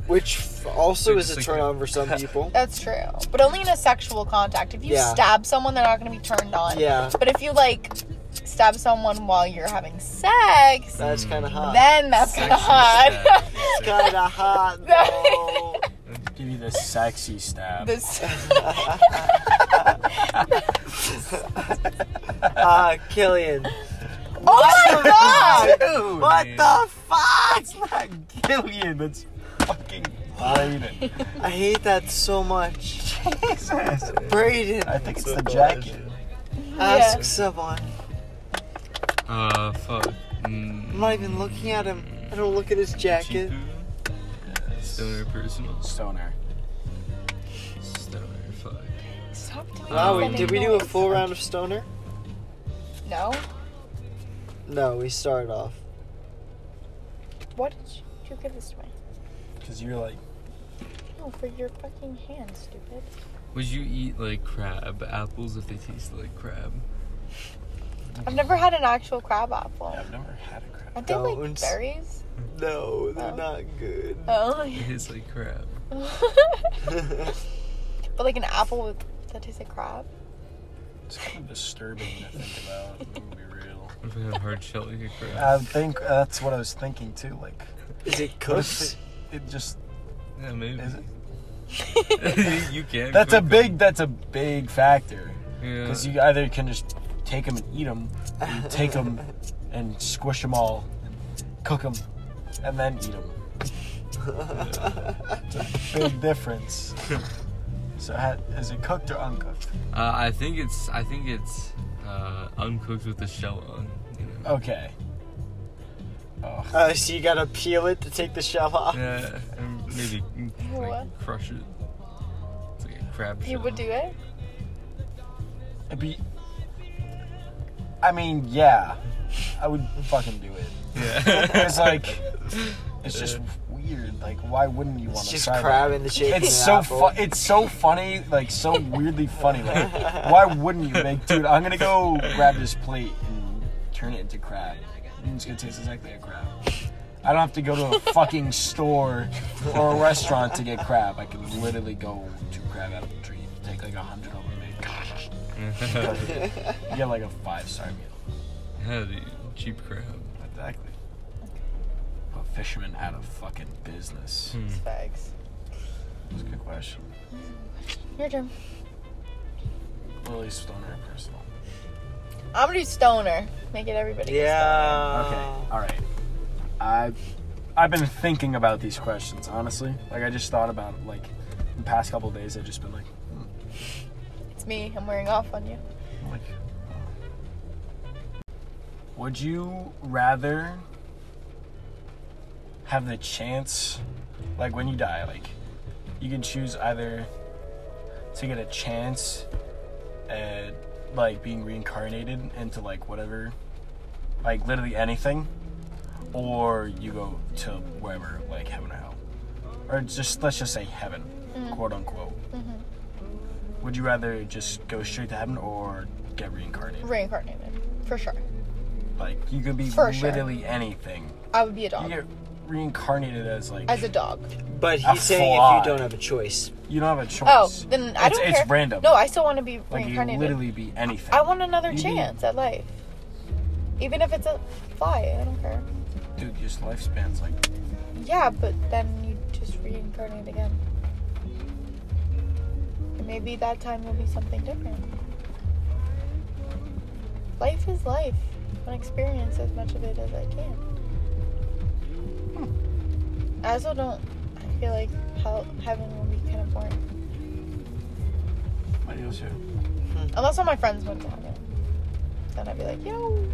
[SPEAKER 3] Which f- also
[SPEAKER 4] Dude,
[SPEAKER 3] is a
[SPEAKER 4] it's like-
[SPEAKER 3] turn on for some people.
[SPEAKER 1] That's true. But only in a sexual contact. If you
[SPEAKER 3] Yeah.
[SPEAKER 1] stab someone, they're not going to be turned on.
[SPEAKER 3] Yeah,
[SPEAKER 1] But if you like stab someone while you're having sex,
[SPEAKER 3] that's kind of hot.
[SPEAKER 1] then that's kind of
[SPEAKER 4] Sex is
[SPEAKER 1] hot.
[SPEAKER 4] bad.
[SPEAKER 3] kind of hot though.
[SPEAKER 2] Give you the sexy stab.
[SPEAKER 1] This
[SPEAKER 3] Ah, Killian.
[SPEAKER 1] oh my god!
[SPEAKER 2] Dude,
[SPEAKER 3] What the fuck?
[SPEAKER 2] It's not Gillian. It's fucking Braden.
[SPEAKER 3] I hate that so much.
[SPEAKER 2] Jesus.
[SPEAKER 3] Braden,
[SPEAKER 2] I think it's the jacket.
[SPEAKER 3] ask someone.
[SPEAKER 4] Uh, fuck.
[SPEAKER 3] I'm not even looking at him. I don't look at his jacket.
[SPEAKER 4] Chipu? Stoner personal.
[SPEAKER 2] Stoner.
[SPEAKER 4] Stoner, fuck.
[SPEAKER 1] Stop doing
[SPEAKER 3] Wow,
[SPEAKER 1] that
[SPEAKER 3] we, did we do a
[SPEAKER 1] noise.
[SPEAKER 3] full round of stoner?
[SPEAKER 1] No.
[SPEAKER 3] No, we started off.
[SPEAKER 1] Why did you give this to me?
[SPEAKER 2] Because you're like,
[SPEAKER 1] No, for your fucking hand, stupid.
[SPEAKER 4] Would you eat like crab apples if they tasted like crab?
[SPEAKER 1] I've
[SPEAKER 4] Mm.
[SPEAKER 1] never had an actual crab apple.
[SPEAKER 2] I've never had a crab.
[SPEAKER 1] Aren't they like
[SPEAKER 3] Don't.
[SPEAKER 1] berries?
[SPEAKER 3] No, they're
[SPEAKER 1] Oh.
[SPEAKER 3] not good.
[SPEAKER 1] Oh.
[SPEAKER 4] It tastes like crab.
[SPEAKER 1] but like an apple with that tastes like crab.
[SPEAKER 2] It's kind of disturbing to think about. I'm gonna be real.
[SPEAKER 4] If I have hard shell like a crab.
[SPEAKER 2] I think that's what I was thinking too. Like,
[SPEAKER 3] Is it
[SPEAKER 2] what
[SPEAKER 3] cooked?
[SPEAKER 2] if it, it just
[SPEAKER 4] yeah, maybe.
[SPEAKER 2] is it?
[SPEAKER 4] you can.
[SPEAKER 2] That's a
[SPEAKER 4] cook them.
[SPEAKER 2] big. That's a big factor.
[SPEAKER 4] Yeah.
[SPEAKER 2] Because you either can just take them and eat them, or you take them and squish them all, cook them, and then eat them.
[SPEAKER 3] Uh,
[SPEAKER 2] It's a big difference. So ha- is it cooked or uncooked?
[SPEAKER 4] Uh, I think it's I think it's uh, uncooked with the shell on. You know.
[SPEAKER 2] Okay. Oh,
[SPEAKER 3] Uh, so you gotta peel it to take the shell off.
[SPEAKER 4] Yeah, and maybe mm, like,
[SPEAKER 1] Ew.
[SPEAKER 4] crush it. It's like a crab shell.
[SPEAKER 1] You would do it?
[SPEAKER 2] it'd be. I mean, yeah, I would fucking do it.
[SPEAKER 4] Yeah.
[SPEAKER 2] It's like, it's just weird. Like, why wouldn't you want
[SPEAKER 3] It's
[SPEAKER 2] to
[SPEAKER 3] just
[SPEAKER 2] try? that?
[SPEAKER 3] crab in the shape of
[SPEAKER 2] It's
[SPEAKER 3] an
[SPEAKER 2] so
[SPEAKER 3] apple.
[SPEAKER 2] fu- it's so funny, like so weirdly funny. Like, why wouldn't you make, dude? I'm gonna go grab this plate and turn it into crab. And it's gonna taste exactly like crab. I don't have to go to a fucking store or a restaurant to get crab. I can literally go to crab apple tree, take like a hundred of them, and you get like a five star meal.
[SPEAKER 4] yeah, dude, cheap crab.
[SPEAKER 2] Exactly. A fisherman out of fucking business.
[SPEAKER 1] It's facts.
[SPEAKER 2] That's a good question.
[SPEAKER 1] Your turn.
[SPEAKER 2] Lily Stoner personal.
[SPEAKER 1] I'm gonna do stoner. Make it everybody. do
[SPEAKER 2] Okay.
[SPEAKER 3] Yeah.
[SPEAKER 2] All right. I've I've been thinking about these questions honestly. Like I just thought about it, like the past couple of days. I've just been like,
[SPEAKER 1] stoner. It's me. I'm wearing off on you.
[SPEAKER 2] I'm like, would you rather have the chance, like when you die, like you can choose either to get a chance at like being reincarnated into like whatever, like literally anything, or you go to wherever, like heaven or hell, or just let's just say heaven, quote unquote. Would you rather just go straight to heaven or get reincarnated?
[SPEAKER 1] Reincarnated. For sure.
[SPEAKER 2] Like you could be
[SPEAKER 1] For sure.
[SPEAKER 2] literally anything.
[SPEAKER 1] I would be a
[SPEAKER 2] You
[SPEAKER 1] dog.
[SPEAKER 2] get reincarnated as like
[SPEAKER 1] As a dog.
[SPEAKER 3] But
[SPEAKER 2] A
[SPEAKER 3] he's saying
[SPEAKER 2] fly.
[SPEAKER 3] if you don't have a choice.
[SPEAKER 2] you don't have a choice.
[SPEAKER 1] Oh, then I
[SPEAKER 2] it's,
[SPEAKER 1] don't
[SPEAKER 2] It's
[SPEAKER 1] care.
[SPEAKER 2] random.
[SPEAKER 1] No, I still want to be
[SPEAKER 2] like you
[SPEAKER 1] reincarnated.
[SPEAKER 2] can literally be anything.
[SPEAKER 1] I want another
[SPEAKER 2] You-
[SPEAKER 1] chance at life. Even if it's a fly, I don't care.
[SPEAKER 2] Dude, just lifespans like
[SPEAKER 1] Yeah, but then you just reincarnate again. And maybe that time will be something different. Life is life. I want to experience as much of it as I can. Hmm. I also don't. I feel like hell, heaven will be kind of boring.
[SPEAKER 2] my deals here.
[SPEAKER 1] Unless all my friends went on it. Then I'd be like, yo,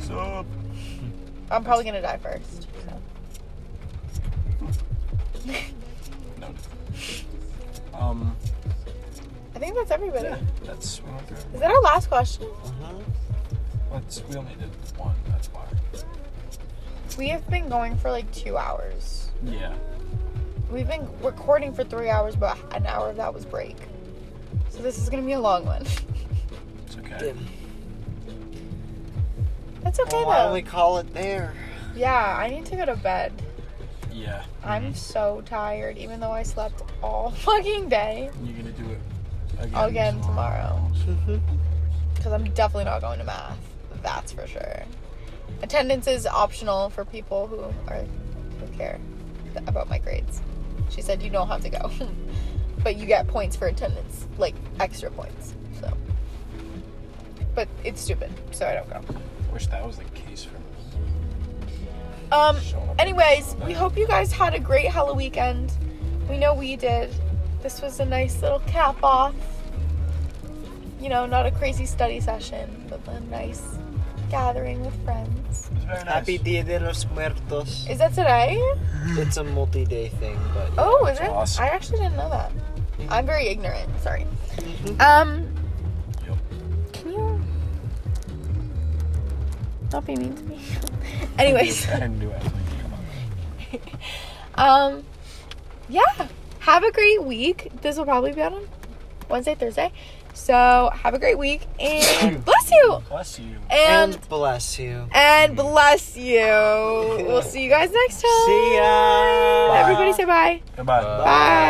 [SPEAKER 2] So
[SPEAKER 1] I'm probably gonna die first. So.
[SPEAKER 2] no. Um
[SPEAKER 1] I think that's everybody.
[SPEAKER 2] yeah, that's we went through.
[SPEAKER 1] Is that our last question?
[SPEAKER 2] Let's we only did one, that's why.
[SPEAKER 1] We have been going for like two hours.
[SPEAKER 2] Yeah.
[SPEAKER 1] We've been recording for three hours, but an hour of that was break. So this is gonna be a long one.
[SPEAKER 2] It's okay.
[SPEAKER 3] Damn.
[SPEAKER 1] That's okay
[SPEAKER 3] Well, why don't
[SPEAKER 1] though.
[SPEAKER 3] we call it there?
[SPEAKER 1] Yeah, I need to go to bed.
[SPEAKER 2] Yeah.
[SPEAKER 1] I'm so tired, even though I slept all fucking day.
[SPEAKER 2] You're gonna do it again.
[SPEAKER 1] Again tomorrow. Because I'm definitely not going to math. That's for sure. Attendance is optional for people who are who care th- about my grades. She said you don't have to go, but you get points for attendance, like extra points. So, but it's stupid, so I don't go.
[SPEAKER 2] Wish that was the case for me.
[SPEAKER 1] Um.
[SPEAKER 2] Showing up.
[SPEAKER 1] Anyways, we hope you guys had a great Halloween weekend. We know we did. This was a nice little cap off. You know, not a crazy study session, but a nice gathering with friends.
[SPEAKER 2] It's very nice.
[SPEAKER 3] Happy Dia de los Muertos.
[SPEAKER 1] Is that today?
[SPEAKER 3] It's a multi-day thing, but
[SPEAKER 1] Oh, is it?
[SPEAKER 2] Awesome.
[SPEAKER 1] I actually didn't know that. I'm very ignorant. Sorry. Um.
[SPEAKER 2] Yep.
[SPEAKER 1] Can you not be mean to me? Anyways,
[SPEAKER 2] I knew it. Come on.
[SPEAKER 1] um, yeah. Have a great week. This will probably be out on Wednesday, Thursday. So have a great week and bless you.
[SPEAKER 2] Bless you.
[SPEAKER 1] And
[SPEAKER 3] and bless you.
[SPEAKER 1] and bless you. We'll see you guys next time.
[SPEAKER 3] See ya.
[SPEAKER 1] Everybody say bye.
[SPEAKER 2] Goodbye.
[SPEAKER 4] Bye.
[SPEAKER 1] Bye.